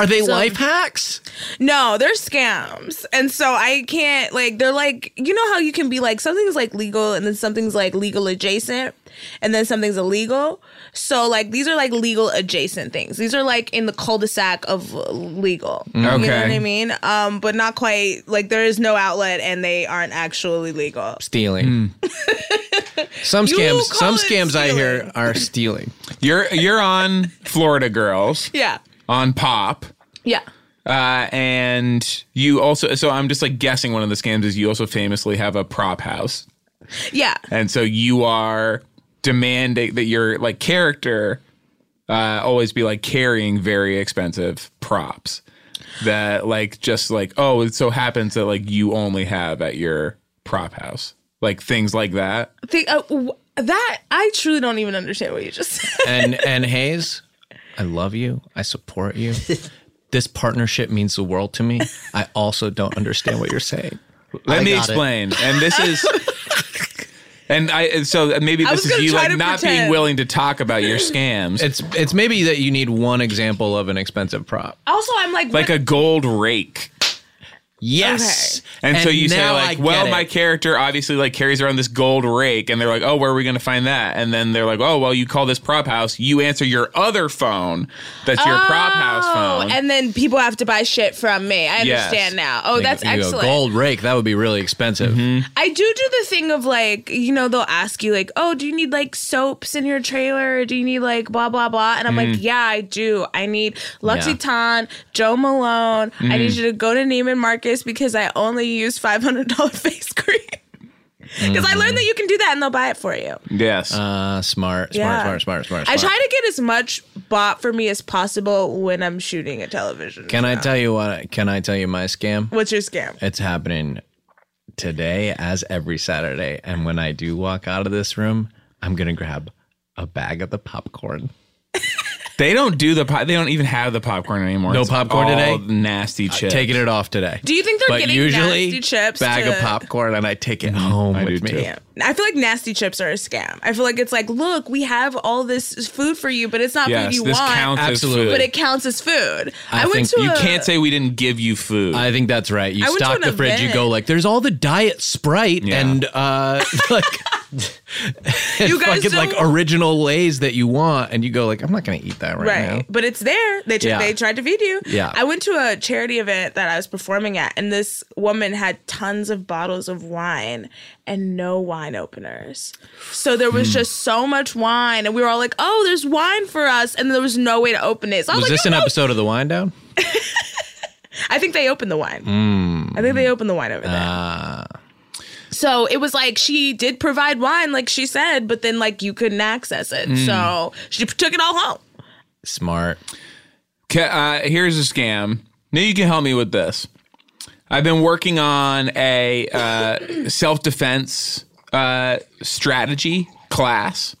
[SPEAKER 2] Are they life hacks?
[SPEAKER 4] No, they're scams. And so I can't like they're like you know how you can be like something's like legal and then something's like legal adjacent and then something's illegal. So like these are like legal adjacent things. These are like in the cul-de-sac of legal. You know what
[SPEAKER 3] Okay.
[SPEAKER 4] I mean? Um but not quite like there is no outlet and they aren't actually legal.
[SPEAKER 2] Stealing. some
[SPEAKER 4] You
[SPEAKER 2] scams. Some
[SPEAKER 4] call it
[SPEAKER 2] scams I hear
[SPEAKER 4] stealing.
[SPEAKER 2] are stealing.
[SPEAKER 3] You're you're on Florida Girls
[SPEAKER 4] Yeah.
[SPEAKER 3] on Pop.
[SPEAKER 4] Yeah.
[SPEAKER 3] Uh, and you also, so I'm just like guessing one of the scams is you also famously have a prop house.
[SPEAKER 4] Yeah.
[SPEAKER 3] And so you are demanding that your like character uh, always be like carrying very expensive props that like just like oh it so happens that like you only have at your prop house like things like that
[SPEAKER 4] Think, uh, w- that I truly don't even understand what you just said. *laughs*
[SPEAKER 2] and and Hayes, I love you. I support you. This partnership means the world to me. I also don't understand what you're saying.
[SPEAKER 3] let
[SPEAKER 6] I
[SPEAKER 3] me
[SPEAKER 6] got it.
[SPEAKER 3] explain and
[SPEAKER 2] *laughs*
[SPEAKER 3] this is and i and so uh, maybe
[SPEAKER 4] I
[SPEAKER 3] this is
[SPEAKER 4] was gonna
[SPEAKER 3] you
[SPEAKER 4] try
[SPEAKER 3] like
[SPEAKER 4] to
[SPEAKER 3] not being
[SPEAKER 4] pretend.
[SPEAKER 3] willing to talk about your scams
[SPEAKER 2] It's it's maybe that you need one example of an expensive prop.
[SPEAKER 4] Also, I'm like,
[SPEAKER 3] like
[SPEAKER 4] what-
[SPEAKER 3] a gold rake
[SPEAKER 2] Yes.
[SPEAKER 3] and, so you say
[SPEAKER 2] now I
[SPEAKER 3] like
[SPEAKER 2] get
[SPEAKER 3] well
[SPEAKER 2] it.
[SPEAKER 3] my character obviously like carries around this gold rake and they're like oh where are we going to find that and then they're like oh well you call this prop house you answer your other phone that's your prop house
[SPEAKER 4] Oh,
[SPEAKER 3] phone
[SPEAKER 4] and then people have to buy shit from me. I
[SPEAKER 3] Yes.
[SPEAKER 4] understand now. Oh, that's
[SPEAKER 2] You go,
[SPEAKER 4] excellent. Mm-hmm.
[SPEAKER 2] gold rake, that would be really expensive.
[SPEAKER 4] I do do the thing of like, you know, they'll ask you like, "Oh, do you need like soaps in your trailer? Do you need like blah blah blah?" And I'm
[SPEAKER 2] Mm.
[SPEAKER 4] like, "Yeah, I do. I need L'Occitane, Joe Malone. I
[SPEAKER 2] Mm.
[SPEAKER 4] need you to go to Neiman Marcus because I only use five hundred dollar *laughs* face cream." Because I
[SPEAKER 2] Mm-hmm.
[SPEAKER 4] learned that you can do that and they'll buy it for you.
[SPEAKER 3] yes
[SPEAKER 2] Uh, smart, smart,
[SPEAKER 4] Yeah.
[SPEAKER 2] smart, smart, smart,
[SPEAKER 4] I
[SPEAKER 2] smart.
[SPEAKER 4] try to get as much bought for me as possible when I'm shooting at television.
[SPEAKER 2] Can I tell you what? Can I tell you my scam?
[SPEAKER 4] What's your scam?
[SPEAKER 2] It's happening today, as every Saturday. And when I do walk out of this room, I'm gonna grab a bag of the popcorn.
[SPEAKER 3] They don't do the pop. They don't even have the popcorn anymore.
[SPEAKER 2] No
[SPEAKER 3] It's
[SPEAKER 2] popcorn today?
[SPEAKER 3] all Nasty chips.
[SPEAKER 2] Taking it off today.
[SPEAKER 4] Do you think they're
[SPEAKER 2] but
[SPEAKER 4] getting
[SPEAKER 2] usually
[SPEAKER 4] nasty chips
[SPEAKER 2] Bag
[SPEAKER 4] to-
[SPEAKER 2] of popcorn, and I take it home
[SPEAKER 3] I
[SPEAKER 2] with
[SPEAKER 3] do
[SPEAKER 2] me.
[SPEAKER 3] too.
[SPEAKER 4] Yeah. I feel like nasty chips are a scam. I feel like it's like, look, we have all this food for you, but it's not
[SPEAKER 3] Yes,
[SPEAKER 4] food you
[SPEAKER 3] this
[SPEAKER 4] want.
[SPEAKER 3] counts
[SPEAKER 2] Absolutely.
[SPEAKER 3] as
[SPEAKER 4] but
[SPEAKER 3] food.
[SPEAKER 4] it counts as food.
[SPEAKER 2] I
[SPEAKER 4] I, went
[SPEAKER 2] think
[SPEAKER 4] to
[SPEAKER 3] you
[SPEAKER 4] a,
[SPEAKER 3] can't say we didn't give you food.
[SPEAKER 2] I think that's right. You
[SPEAKER 4] I went to
[SPEAKER 2] stock
[SPEAKER 4] an
[SPEAKER 2] the fridge. You
[SPEAKER 4] event.
[SPEAKER 2] go like, "There's all the diet Sprite
[SPEAKER 3] Yeah.
[SPEAKER 2] and
[SPEAKER 4] *laughs*
[SPEAKER 2] uh, *laughs* like, and
[SPEAKER 4] You guys
[SPEAKER 2] fucking like
[SPEAKER 4] don't-
[SPEAKER 2] original Lay's that you want," and you go like, "I'm not gonna eat that right,
[SPEAKER 4] right,
[SPEAKER 2] now."
[SPEAKER 4] but it's there. They tr-
[SPEAKER 2] Yeah.
[SPEAKER 4] they tried to feed you.
[SPEAKER 2] Yeah.
[SPEAKER 4] I went to a charity event that I was performing at, and this woman had tons of bottles of wine and no wine openers. So there was just so much wine, and we were all like, "Oh, there's wine for us," and there was no way to open it. So I
[SPEAKER 2] Was
[SPEAKER 4] was, like, "Oh,
[SPEAKER 2] this
[SPEAKER 4] "You
[SPEAKER 2] an
[SPEAKER 4] know-
[SPEAKER 2] episode of the Wind Down?
[SPEAKER 4] I think they opened the wine.
[SPEAKER 3] Mm.
[SPEAKER 4] I think they opened the wine over there.
[SPEAKER 3] Ah.
[SPEAKER 4] So it was like she did provide wine, like she said, but then like you couldn't access it.
[SPEAKER 3] Mm.
[SPEAKER 4] So she took it all home.
[SPEAKER 2] Smart.
[SPEAKER 3] Ca- uh, here's a scam. Now you can help me with this. I've been working on a uh, self defense uh, strategy class,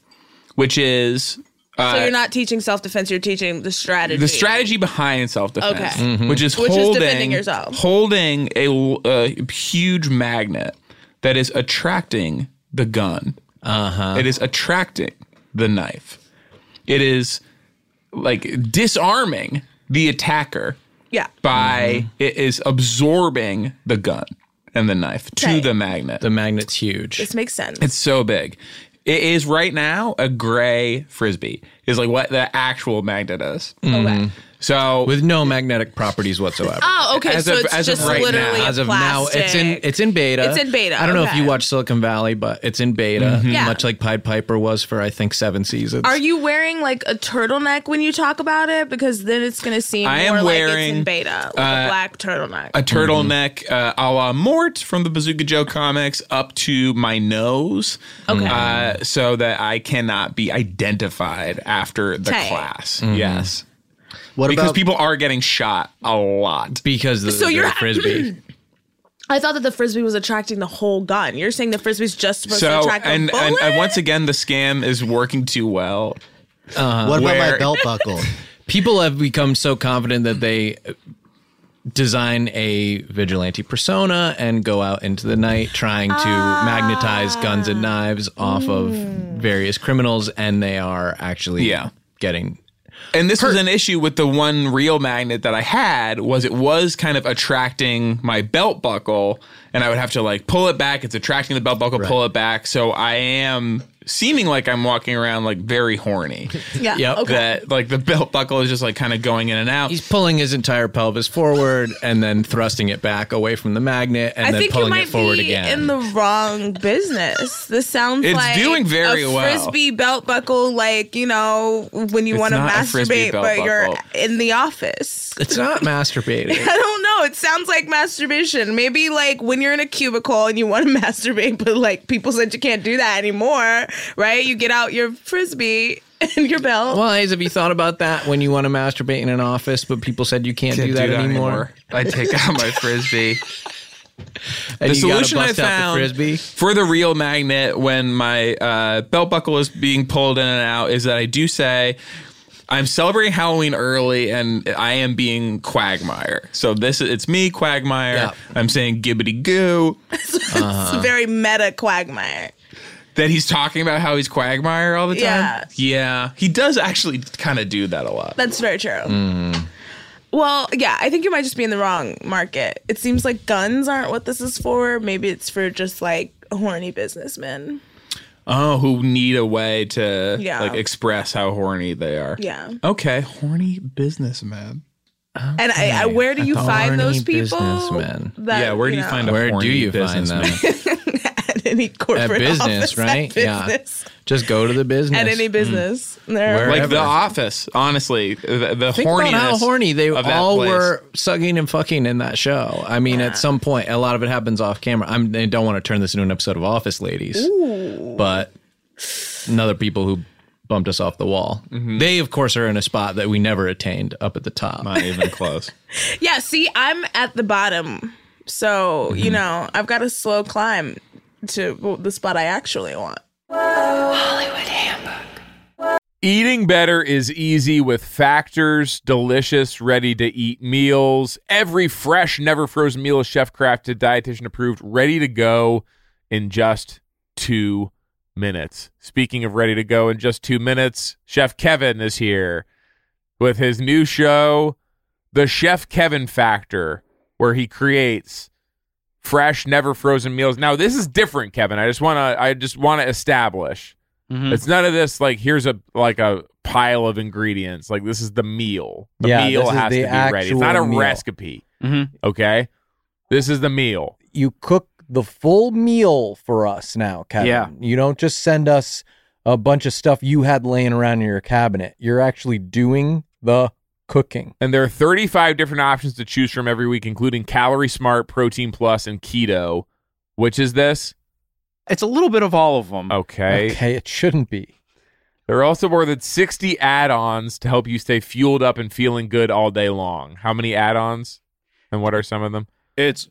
[SPEAKER 3] which is
[SPEAKER 4] so you're not teaching self defense; you're teaching the strategy.
[SPEAKER 3] the strategy behind self defense,
[SPEAKER 4] Okay.
[SPEAKER 3] which is
[SPEAKER 4] Which is
[SPEAKER 3] holding
[SPEAKER 4] defending yourself.
[SPEAKER 3] holding a, l- a huge magnet that is attracting the gun. Uh-huh. It is attracting the knife. It is like disarming the attacker
[SPEAKER 4] Yeah.
[SPEAKER 3] by
[SPEAKER 4] Mm-hmm.
[SPEAKER 3] it is absorbing the gun and the knife to
[SPEAKER 4] Okay.
[SPEAKER 3] the magnet.
[SPEAKER 2] The magnet's huge.
[SPEAKER 4] This makes sense.
[SPEAKER 3] It's so big. It is right now a gray frisbee. Is like what the actual magnet is. mm.
[SPEAKER 4] okay.
[SPEAKER 3] So
[SPEAKER 2] with no magnetic properties whatsoever.
[SPEAKER 4] Oh, okay.
[SPEAKER 3] As
[SPEAKER 4] so
[SPEAKER 3] of-
[SPEAKER 4] it's
[SPEAKER 3] as of
[SPEAKER 4] just
[SPEAKER 3] right now,
[SPEAKER 4] literally
[SPEAKER 2] As
[SPEAKER 4] a
[SPEAKER 2] of now, it's in
[SPEAKER 4] plastic.
[SPEAKER 2] it's in beta.
[SPEAKER 4] It's in beta,
[SPEAKER 2] I don't know if
[SPEAKER 4] okay.
[SPEAKER 2] you watch Silicon Valley, but it's in beta,
[SPEAKER 4] Yeah.
[SPEAKER 2] much like Pied Piper was for I think seven seasons.
[SPEAKER 4] Are you wearing like a turtleneck when you talk about it? Because then it's gonna seem
[SPEAKER 3] I am
[SPEAKER 4] more like it's
[SPEAKER 3] wearing, uh,
[SPEAKER 4] in beta, like a black turtleneck.
[SPEAKER 3] a turtleneck uh,
[SPEAKER 4] Mm-hmm.
[SPEAKER 3] a la Mort from the Bazooka Joe comics up to my nose.
[SPEAKER 4] Oh.
[SPEAKER 3] Okay. Uh, so that I cannot be identified after the
[SPEAKER 4] Tight. Mm-hmm.
[SPEAKER 3] class. Yes.
[SPEAKER 6] What
[SPEAKER 3] Because
[SPEAKER 6] about
[SPEAKER 3] people are getting shot a lot.
[SPEAKER 2] Because the,
[SPEAKER 4] So
[SPEAKER 2] the
[SPEAKER 4] you're- *laughs*
[SPEAKER 2] frisbee.
[SPEAKER 4] I thought that the frisbee was attracting the whole gun. You're saying the frisbee's just supposed to
[SPEAKER 3] So
[SPEAKER 4] attract a
[SPEAKER 3] and,
[SPEAKER 4] bullet?
[SPEAKER 3] and and once again the scam is working too well.
[SPEAKER 6] what about
[SPEAKER 3] where-
[SPEAKER 6] my belt
[SPEAKER 3] *laughs*
[SPEAKER 6] buckle?
[SPEAKER 2] people have become so confident that they design a vigilante persona and go out into the night trying to
[SPEAKER 4] Ah.
[SPEAKER 2] magnetize guns and knives off of
[SPEAKER 4] Hmm.
[SPEAKER 2] various criminals and they are actually
[SPEAKER 3] Yeah.
[SPEAKER 2] getting
[SPEAKER 3] And this was an issue with the one real magnet that I had was it was kind of attracting my belt buckle and I would have to like pull it back. It's attracting the belt buckle, pull it back. So I am seeming like I'm walking around like very horny.
[SPEAKER 4] *laughs* Yeah.
[SPEAKER 2] Yep.
[SPEAKER 4] Okay.
[SPEAKER 3] That like the belt buckle is just like kind of going in and out.
[SPEAKER 2] He's pulling his entire pelvis forward and then thrusting it back away from the magnet and
[SPEAKER 4] I
[SPEAKER 2] then
[SPEAKER 4] think you
[SPEAKER 2] pulling it
[SPEAKER 4] might
[SPEAKER 2] forward
[SPEAKER 4] be
[SPEAKER 2] again.
[SPEAKER 4] in the wrong business. This sounds
[SPEAKER 3] It's
[SPEAKER 4] like
[SPEAKER 3] doing very
[SPEAKER 4] a
[SPEAKER 3] well.
[SPEAKER 4] frisbee belt buckle, like you know when you
[SPEAKER 3] It's
[SPEAKER 4] want to
[SPEAKER 3] not a frisbee
[SPEAKER 4] masturbate,
[SPEAKER 3] belt
[SPEAKER 4] but you're
[SPEAKER 3] buckle.
[SPEAKER 4] in the office. *laughs*
[SPEAKER 2] it's not masturbating.
[SPEAKER 4] I don't know. It sounds like masturbation. Maybe like when you're in a cubicle and you want to *laughs* masturbate, but like people said you can't do that anymore, right? You get out your frisbee *laughs* and your belt.
[SPEAKER 2] Well, Hayes, have you thought about that when you want to masturbate in an office, but people said you can't, do, that anymore?
[SPEAKER 3] I take
[SPEAKER 2] *laughs*
[SPEAKER 3] out my frisbee.
[SPEAKER 2] And
[SPEAKER 3] the
[SPEAKER 2] you gotta
[SPEAKER 3] solution I
[SPEAKER 2] bust out the
[SPEAKER 3] found
[SPEAKER 2] frisbee?
[SPEAKER 3] for the real magnet when my uh, belt buckle is being pulled in and out is that I do say I'm celebrating Halloween early and I am being Quagmire. So this is it's me Quagmire.
[SPEAKER 2] Yeah.
[SPEAKER 3] I'm saying gibbity goo
[SPEAKER 4] It's
[SPEAKER 3] Uh-huh.
[SPEAKER 4] a very meta quagmire.
[SPEAKER 3] that he's talking about how he's Quagmire all the time.
[SPEAKER 4] Yeah.
[SPEAKER 3] Yeah. He does actually kind of do that a lot.
[SPEAKER 4] That's very true.
[SPEAKER 2] Mm-hmm.
[SPEAKER 4] Well, yeah, I think you might just be in the wrong market. It seems like guns aren't what this is for. Maybe it's for just like horny businessmen.
[SPEAKER 3] Oh, who need a way to
[SPEAKER 4] Yeah.
[SPEAKER 3] like express how horny they are.
[SPEAKER 4] Yeah.
[SPEAKER 3] Okay, horny businessman.
[SPEAKER 4] And I, I, where do you find those
[SPEAKER 2] Horny
[SPEAKER 4] people?
[SPEAKER 2] businessmen.
[SPEAKER 4] that,
[SPEAKER 3] yeah, where do you
[SPEAKER 4] know,
[SPEAKER 3] find a
[SPEAKER 2] Where
[SPEAKER 3] horny
[SPEAKER 2] do you find
[SPEAKER 3] businessman?
[SPEAKER 2] them?
[SPEAKER 4] *laughs* at any
[SPEAKER 2] At
[SPEAKER 4] corporate
[SPEAKER 2] business,
[SPEAKER 4] office,
[SPEAKER 2] right?
[SPEAKER 4] At business.
[SPEAKER 2] Yeah. Just go to the business.
[SPEAKER 4] At any business, There-
[SPEAKER 2] Where-
[SPEAKER 3] like the
[SPEAKER 2] Forever.
[SPEAKER 3] office honestly the, the
[SPEAKER 2] Think
[SPEAKER 3] horniness
[SPEAKER 2] about how horny they
[SPEAKER 3] of that
[SPEAKER 2] all
[SPEAKER 3] place.
[SPEAKER 2] were sucking and fucking in that show. I mean, at some point, a lot of it happens off camera. I'm, I don't want to turn this into an episode of Office Ladies, but another people who bumped us off the wall. They, of course, are in a spot that we never attained up at the top.
[SPEAKER 3] not
[SPEAKER 5] *laughs*
[SPEAKER 3] even close
[SPEAKER 4] yeah. See, I'm at the bottom, so
[SPEAKER 2] Mm-hmm.
[SPEAKER 4] you know I've got a slow climb to the spot I actually want. *laughs*
[SPEAKER 7] Eating better is easy with factors, delicious, ready to eat meals. Every fresh, never frozen meal is chef crafted, dietitian approved, ready to go in just two minutes. Speaking of ready to go in just two minutes, Chef Kevin is here with his new show, The Chef Kevin Factor, where he creates fresh, never frozen meals. Now, this is different, Kevin. I just want to I just want to establish.
[SPEAKER 8] Mm-hmm.
[SPEAKER 5] Mhm.
[SPEAKER 7] It's none of this like here's a like a pile of ingredients. Like this is the meal. The
[SPEAKER 8] Yeah,
[SPEAKER 7] meal
[SPEAKER 8] this is
[SPEAKER 7] has
[SPEAKER 8] the
[SPEAKER 7] to be ready. It's not a
[SPEAKER 8] actual meal. Mm-hmm.
[SPEAKER 7] recipe.
[SPEAKER 5] Mhm.
[SPEAKER 7] Okay? This is the meal.
[SPEAKER 8] you cook the full meal for us now, Kevin.
[SPEAKER 5] Yeah.
[SPEAKER 8] You don't just send us a bunch of stuff you had laying around in your cabinet. You're actually doing the cooking.
[SPEAKER 7] And there are 35 different options to choose from every week, including Calorie Smart, Protein Plus, and Keto. Which is this?
[SPEAKER 5] It's a little bit of all of
[SPEAKER 3] Oh.
[SPEAKER 5] them.
[SPEAKER 7] Okay.
[SPEAKER 8] Okay, it shouldn't be.
[SPEAKER 7] There are also more than 60 add ons to help you stay fueled up and feeling good all day long. How many add ons? And what are some of them?
[SPEAKER 5] It's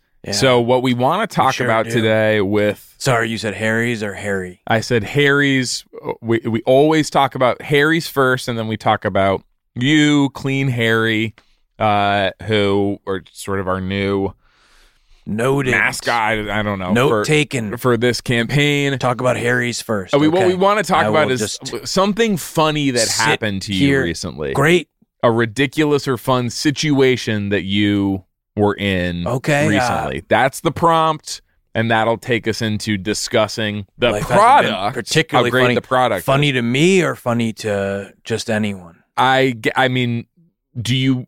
[SPEAKER 7] So what we want to talk
[SPEAKER 9] sure
[SPEAKER 7] about
[SPEAKER 9] do.
[SPEAKER 7] today with
[SPEAKER 9] Sorry, you said Harry's or Harry?
[SPEAKER 7] I said Harry's. uh, We we always talk about Harry's first, and then we talk about you, Clean Harry, uh, who are sort of our new
[SPEAKER 9] Noted.
[SPEAKER 7] mascot. I don't know
[SPEAKER 9] Note
[SPEAKER 7] for,
[SPEAKER 9] taken.
[SPEAKER 7] for this campaign.
[SPEAKER 9] Talk about Harry's first.
[SPEAKER 7] Uh, we, What
[SPEAKER 9] okay?
[SPEAKER 7] we want to talk
[SPEAKER 9] I
[SPEAKER 7] about
[SPEAKER 9] will
[SPEAKER 7] is
[SPEAKER 9] just-
[SPEAKER 7] something funny that
[SPEAKER 9] sit
[SPEAKER 7] happened to you
[SPEAKER 9] here.
[SPEAKER 7] recently.
[SPEAKER 9] great.
[SPEAKER 7] A ridiculous or fun situation that you were in
[SPEAKER 9] Okay, uh,
[SPEAKER 7] recently. That's the prompt, and that'll take us into discussing the
[SPEAKER 9] Life hasn't been
[SPEAKER 7] product,
[SPEAKER 9] particularly
[SPEAKER 7] how great
[SPEAKER 9] funny-
[SPEAKER 7] the product.
[SPEAKER 9] Funny
[SPEAKER 7] is.
[SPEAKER 9] to me or funny to just anyone?
[SPEAKER 7] I ge- I mean, do you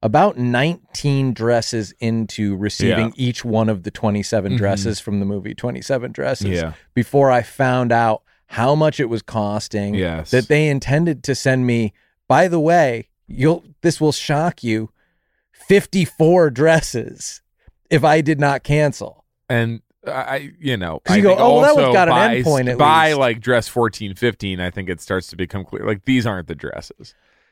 [SPEAKER 8] about 19 dresses into receiving
[SPEAKER 7] Yeah.
[SPEAKER 8] each one of the 27
[SPEAKER 7] Mhm.
[SPEAKER 8] dresses from the movie 27 Dresses before I found out how much it was costing.
[SPEAKER 7] Yes.
[SPEAKER 8] That they intended to send me, by the way, you'll this will shock you, 54 dresses if I did not cancel.
[SPEAKER 7] and I, you know,
[SPEAKER 8] 'Cause
[SPEAKER 7] I
[SPEAKER 8] you go,
[SPEAKER 7] think
[SPEAKER 8] "Oh, well, that
[SPEAKER 7] also
[SPEAKER 8] one's got an
[SPEAKER 7] by,
[SPEAKER 8] end point at
[SPEAKER 7] by
[SPEAKER 8] least."
[SPEAKER 7] like dress fourteen, fifteen, I think it starts to become clear. Like these aren't the dresses.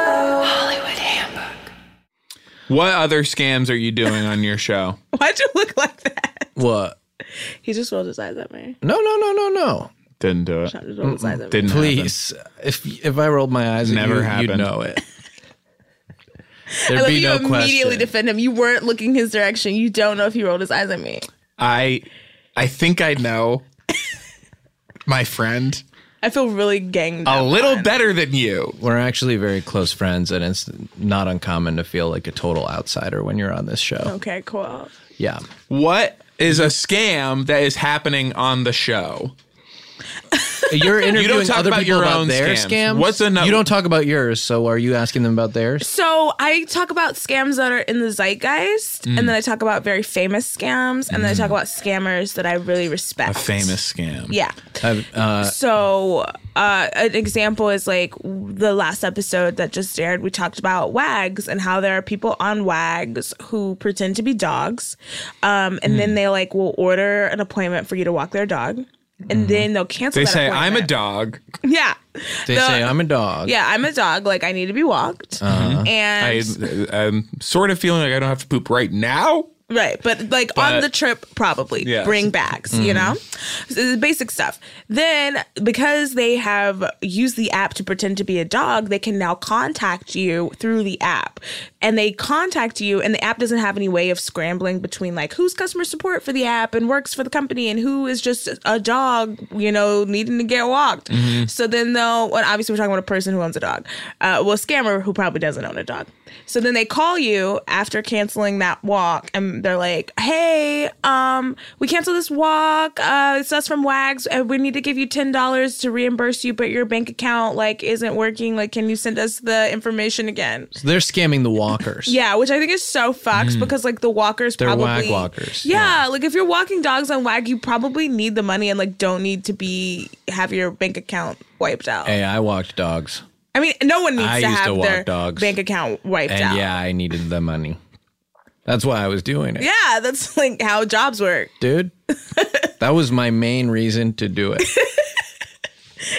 [SPEAKER 10] Hollywood Handbook.
[SPEAKER 3] What other scams are you doing on your show?
[SPEAKER 4] Why'd you look like that?
[SPEAKER 2] What?
[SPEAKER 4] He just rolled his eyes at me.
[SPEAKER 2] No, no, no, no, no.
[SPEAKER 3] Didn't do it. *laughs* Didn't happen.
[SPEAKER 2] Please, if if I rolled my eyes,
[SPEAKER 3] Never
[SPEAKER 2] never you, you'd
[SPEAKER 3] happened.
[SPEAKER 2] know it.
[SPEAKER 4] I
[SPEAKER 2] There'd
[SPEAKER 4] love
[SPEAKER 2] be
[SPEAKER 4] you
[SPEAKER 2] no
[SPEAKER 4] immediately
[SPEAKER 2] question.
[SPEAKER 4] defend him. You weren't looking his direction. You don't know if he rolled his eyes at me.
[SPEAKER 3] I I think I *laughs* know my friend
[SPEAKER 4] I feel really ganged
[SPEAKER 3] a
[SPEAKER 2] Oh.
[SPEAKER 4] up.
[SPEAKER 3] little better than you.
[SPEAKER 2] We're actually very close friends, and it's not uncommon to feel like a total outsider when you're on this show.
[SPEAKER 4] Okay, cool.
[SPEAKER 2] Yeah.
[SPEAKER 3] What is a scam that is happening on the show?
[SPEAKER 2] You're interviewing other people about their scams.
[SPEAKER 3] What's another?
[SPEAKER 2] You don't talk about yours, so are you asking them about theirs?
[SPEAKER 4] So I talk about scams that are in the zeitgeist,
[SPEAKER 2] Mm.
[SPEAKER 4] and then I talk about very famous scams, and then I talk about scammers that I really respect.
[SPEAKER 3] scam.
[SPEAKER 4] Yeah.
[SPEAKER 2] I've, uh,
[SPEAKER 4] so uh, an example is like the last episode that just aired we talked about wags and how there are people on wags who pretend to be dogs um, and
[SPEAKER 3] Hmm.
[SPEAKER 4] then they like will order an appointment for you to walk their dog and then they'll cancel
[SPEAKER 3] Mm-hmm. They
[SPEAKER 4] that
[SPEAKER 3] say I'm a
[SPEAKER 4] appointment."
[SPEAKER 3] dog. "Uh-huh."
[SPEAKER 4] yeah
[SPEAKER 2] They
[SPEAKER 4] The-
[SPEAKER 2] say I'm a dog.
[SPEAKER 4] yeah i'm a dog like i need to be walked and
[SPEAKER 3] I, I'm sort of feeling like I don't have to poop right now.
[SPEAKER 4] Right, but like
[SPEAKER 3] But-
[SPEAKER 4] on the trip, probably
[SPEAKER 3] Yes.
[SPEAKER 4] bring bags, you
[SPEAKER 3] Mhm.
[SPEAKER 4] know, so the basic stuff. Then, because they have used the app to pretend to be a dog, they can now contact you through the app, and they contact you, and the app doesn't have any way of scrambling between like who's customer support for the app and works for the company, and who is just a dog, you know, needing to get walked.
[SPEAKER 11] Mhm.
[SPEAKER 4] So then they'll, well, obviously, we're talking about a person who owns a dog, uh, well, a scammer who probably doesn't own a dog. So then they call you after canceling that walk, and they're like, "Hey, um, we canceled this walk. Uh, it's us from Wags, and we need to give you ten dollars to reimburse you, but your bank account like isn't working. Like, can you send us the information again?"
[SPEAKER 2] So they're scamming the walkers.
[SPEAKER 4] Yeah, which I think is so fucked
[SPEAKER 2] Mm.
[SPEAKER 4] because like the walkers
[SPEAKER 2] They're
[SPEAKER 4] probably
[SPEAKER 2] wag walkers,
[SPEAKER 4] Yeah, like if you're walking dogs on wag, you probably need the money and like don't need to be have your bank account wiped out.
[SPEAKER 2] Hey, I walked dogs.
[SPEAKER 4] I mean, no one needs
[SPEAKER 2] I
[SPEAKER 4] to
[SPEAKER 2] used to
[SPEAKER 4] have
[SPEAKER 2] walk
[SPEAKER 4] their
[SPEAKER 2] dogs.
[SPEAKER 4] bank account wiped
[SPEAKER 2] and
[SPEAKER 4] out.
[SPEAKER 2] yeah, I needed the money. That's why I was doing it.
[SPEAKER 4] Yeah, that's *laughs* like how jobs work. *laughs*
[SPEAKER 2] Dude, that was my main reason to do it.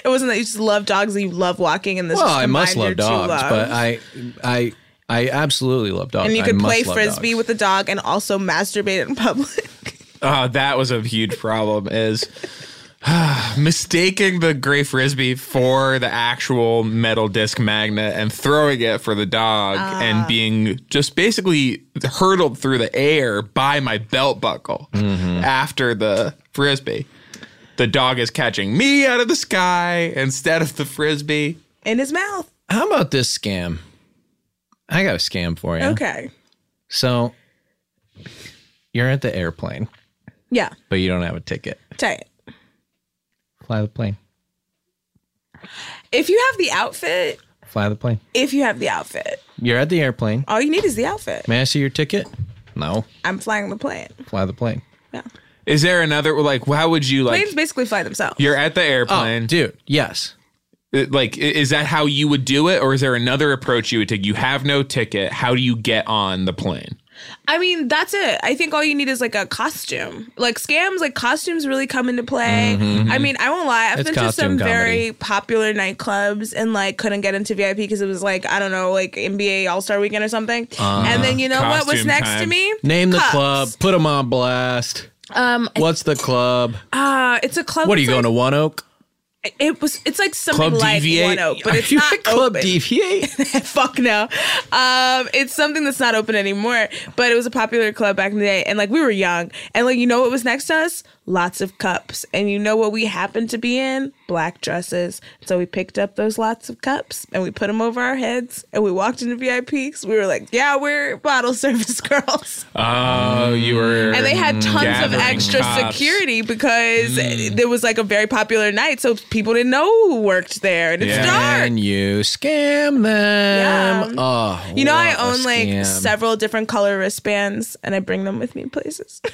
[SPEAKER 4] It wasn't that you just love dogs and you love walking and this.
[SPEAKER 2] well,
[SPEAKER 4] just
[SPEAKER 2] I must love
[SPEAKER 4] combined your
[SPEAKER 2] dogs,
[SPEAKER 4] two loves.
[SPEAKER 2] but I I I absolutely love dogs.
[SPEAKER 4] and you
[SPEAKER 2] I
[SPEAKER 4] could
[SPEAKER 2] must
[SPEAKER 4] play
[SPEAKER 2] love
[SPEAKER 4] frisbee with a dog and also masturbate in *laughs* public.
[SPEAKER 3] Uh, that was a huge problem. Is *sighs* mistaking the gray frisbee for the actual metal disc magnet and throwing it for the dog and being just basically hurtled through the air by my belt buckle after the frisbee. The dog is catching me out of the sky instead of the frisbee.
[SPEAKER 4] in his mouth.
[SPEAKER 2] How about this scam? I got a scam for you.
[SPEAKER 4] Okay.
[SPEAKER 2] So you're at the airplane,
[SPEAKER 4] Yeah.
[SPEAKER 2] but you don't have a ticket.
[SPEAKER 4] Tight.
[SPEAKER 2] Fly the plane.
[SPEAKER 4] If you have the outfit,
[SPEAKER 2] Fly the plane.
[SPEAKER 4] if you have the outfit,
[SPEAKER 2] You're at the airplane.
[SPEAKER 4] all you need is the outfit.
[SPEAKER 2] May I see your ticket? No.
[SPEAKER 4] I'm flying the plane.
[SPEAKER 2] Fly the plane.
[SPEAKER 3] Is there another like? How would you like?
[SPEAKER 4] Planes basically fly themselves.
[SPEAKER 3] You're at the airplane,
[SPEAKER 2] dude. Oh, Yes.
[SPEAKER 3] It- Uh, Like, i- is that how you would do it, or is there another approach you would take? You have no ticket. How do you get on the plane?
[SPEAKER 4] I mean, that's it. I think all you need is like a costume. Like scams, like costumes really come into play.
[SPEAKER 2] Mhm.
[SPEAKER 4] I mean, I won't lie. I've
[SPEAKER 2] It's
[SPEAKER 4] been to some
[SPEAKER 2] costume comedy.
[SPEAKER 4] very popular nightclubs and like couldn't get into VIP because it was like, I don't know, like NBA All Star Weekend or something. and then you know what was
[SPEAKER 2] Costume
[SPEAKER 4] next to
[SPEAKER 2] time.
[SPEAKER 4] me?
[SPEAKER 2] Uh-huh. Name the
[SPEAKER 4] Cups.
[SPEAKER 2] club. Put them on blast.
[SPEAKER 4] Um,
[SPEAKER 2] What's the club?
[SPEAKER 4] uh, it's a club.
[SPEAKER 2] What are you
[SPEAKER 4] that's,
[SPEAKER 2] going to One Oak?
[SPEAKER 4] like, It was. It's like something
[SPEAKER 2] Club
[SPEAKER 4] like
[SPEAKER 2] Deviate?
[SPEAKER 4] One Oak, but
[SPEAKER 2] Are
[SPEAKER 4] it's
[SPEAKER 2] you
[SPEAKER 4] not
[SPEAKER 2] at Club
[SPEAKER 4] open. *laughs*
[SPEAKER 2] Deviate?
[SPEAKER 4] Fuck no. Um, it's something that's not open anymore. But it was a popular club back in the day, and like we were young, and like you know what was next to us? Lots of cups, and you know what we happened to be in? Black dresses. So we picked up those lots of cups and we put them over our heads, and we walked into VIPs. We were like, yeah, we're bottle *laughs* service girls.
[SPEAKER 3] Oh, you were.
[SPEAKER 4] And they had tons of
[SPEAKER 3] gathering
[SPEAKER 4] extra
[SPEAKER 3] cops.
[SPEAKER 4] security because there was like a very popular night, so people didn't know who worked there, and it's dark.
[SPEAKER 2] Can you scam them?
[SPEAKER 4] Yeah.
[SPEAKER 2] Oh,
[SPEAKER 4] You know, I
[SPEAKER 2] what a
[SPEAKER 4] own like
[SPEAKER 2] scam.
[SPEAKER 4] several different color wristbands, and I bring them with me places *laughs*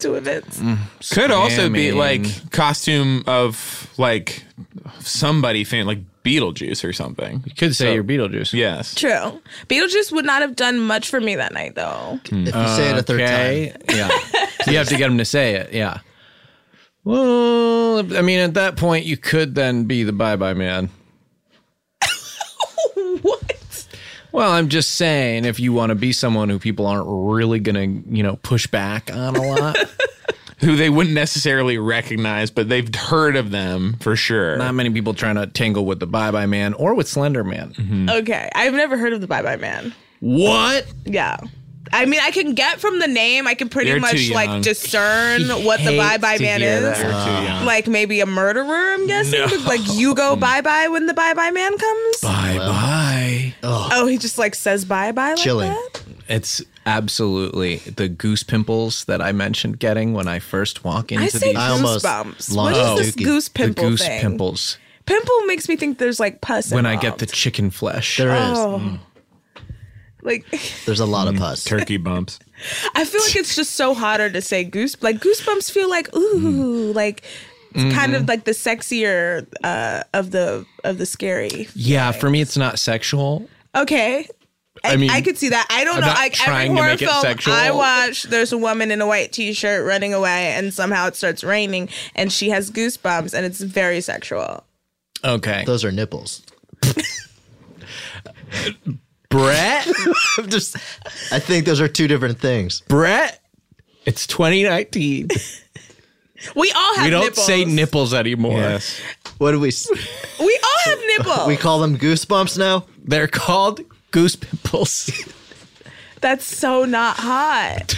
[SPEAKER 4] to events.
[SPEAKER 2] Mm.
[SPEAKER 3] Mm. Could also be
[SPEAKER 2] Scamming.
[SPEAKER 3] like costume of like somebody fan like Beetlejuice or something. You
[SPEAKER 2] could say you're Beetlejuice.
[SPEAKER 3] Yes.
[SPEAKER 4] True. Beetlejuice would not have done much for me that night, though. *laughs*
[SPEAKER 2] If you say it a third time. Yeah. you have to get them to say it. Yeah. Well, I mean, at that point, you could then be the bye bye man.
[SPEAKER 4] what?
[SPEAKER 2] Well, I'm just saying, if you want to be someone who people aren't really going to, you know, push back on a *laughs* lot,
[SPEAKER 3] Who they wouldn't necessarily recognize, but they've heard of them for sure.
[SPEAKER 2] not many people trying to tangle with the bye bye man or with Slender Man.
[SPEAKER 4] Okay, I've never heard of the Bye Bye Man.
[SPEAKER 2] What?
[SPEAKER 4] Yeah. I mean, I can get from the name. I can pretty
[SPEAKER 2] You're too
[SPEAKER 4] much
[SPEAKER 2] young.
[SPEAKER 4] like discern what the
[SPEAKER 2] hate
[SPEAKER 4] bye bye
[SPEAKER 2] to
[SPEAKER 4] man
[SPEAKER 2] hear
[SPEAKER 4] is.
[SPEAKER 2] that. You're too young.
[SPEAKER 4] Like maybe a murderer. I'm guessing. Like
[SPEAKER 2] *laughs*
[SPEAKER 4] you go bye bye when the bye bye man comes.
[SPEAKER 2] Bye bye.
[SPEAKER 4] Oh, he just like says bye bye. Like That?
[SPEAKER 2] It's absolutely the goose pimples that I mentioned getting when I first walk into
[SPEAKER 4] I say
[SPEAKER 2] these.
[SPEAKER 4] I almost goosebumps. launched What is this Dookie. goose pimple
[SPEAKER 2] The goose
[SPEAKER 4] thing?
[SPEAKER 2] pimples.
[SPEAKER 4] Pimple makes me think there's like pus.
[SPEAKER 2] When I get
[SPEAKER 4] involved.
[SPEAKER 2] the Mm. chicken flesh,
[SPEAKER 4] There is. Oh. like *laughs*
[SPEAKER 6] There's a
[SPEAKER 3] Mm,
[SPEAKER 6] lot of pus.
[SPEAKER 3] Turkey bumps.
[SPEAKER 4] I feel like it's just so hotter to say goose. Like goosebumps feel like ooh,
[SPEAKER 2] Mm.
[SPEAKER 4] like it's kind
[SPEAKER 2] Mm-hmm.
[SPEAKER 4] of like the sexier uh, of the of the scary.
[SPEAKER 2] Yeah, for me, it's not sexual.
[SPEAKER 4] Okay. I,
[SPEAKER 2] I
[SPEAKER 4] I
[SPEAKER 2] mean,
[SPEAKER 4] could see that. I don't
[SPEAKER 2] I'm
[SPEAKER 4] know.
[SPEAKER 2] not
[SPEAKER 4] Like every
[SPEAKER 2] trying to
[SPEAKER 4] horror
[SPEAKER 2] make it
[SPEAKER 4] film
[SPEAKER 2] sexual.
[SPEAKER 4] I watch, there's a woman in a white t-shirt running away, and somehow it starts raining, and she has goosebumps, and it's very sexual.
[SPEAKER 2] Okay.
[SPEAKER 6] Those are nipples. *laughs*
[SPEAKER 2] Brett?
[SPEAKER 6] I'm just I think those are two different things.
[SPEAKER 2] Brett, it's *laughs* 2019.
[SPEAKER 4] We all have.
[SPEAKER 2] we don't
[SPEAKER 4] nipples.
[SPEAKER 2] say nipples anymore.
[SPEAKER 6] What do we s-
[SPEAKER 4] We all
[SPEAKER 3] *laughs*
[SPEAKER 4] have nipples.
[SPEAKER 6] we call them goosebumps now?
[SPEAKER 2] They're called goose *laughs* pimples.
[SPEAKER 4] That's so not
[SPEAKER 3] *laughs*
[SPEAKER 4] hot.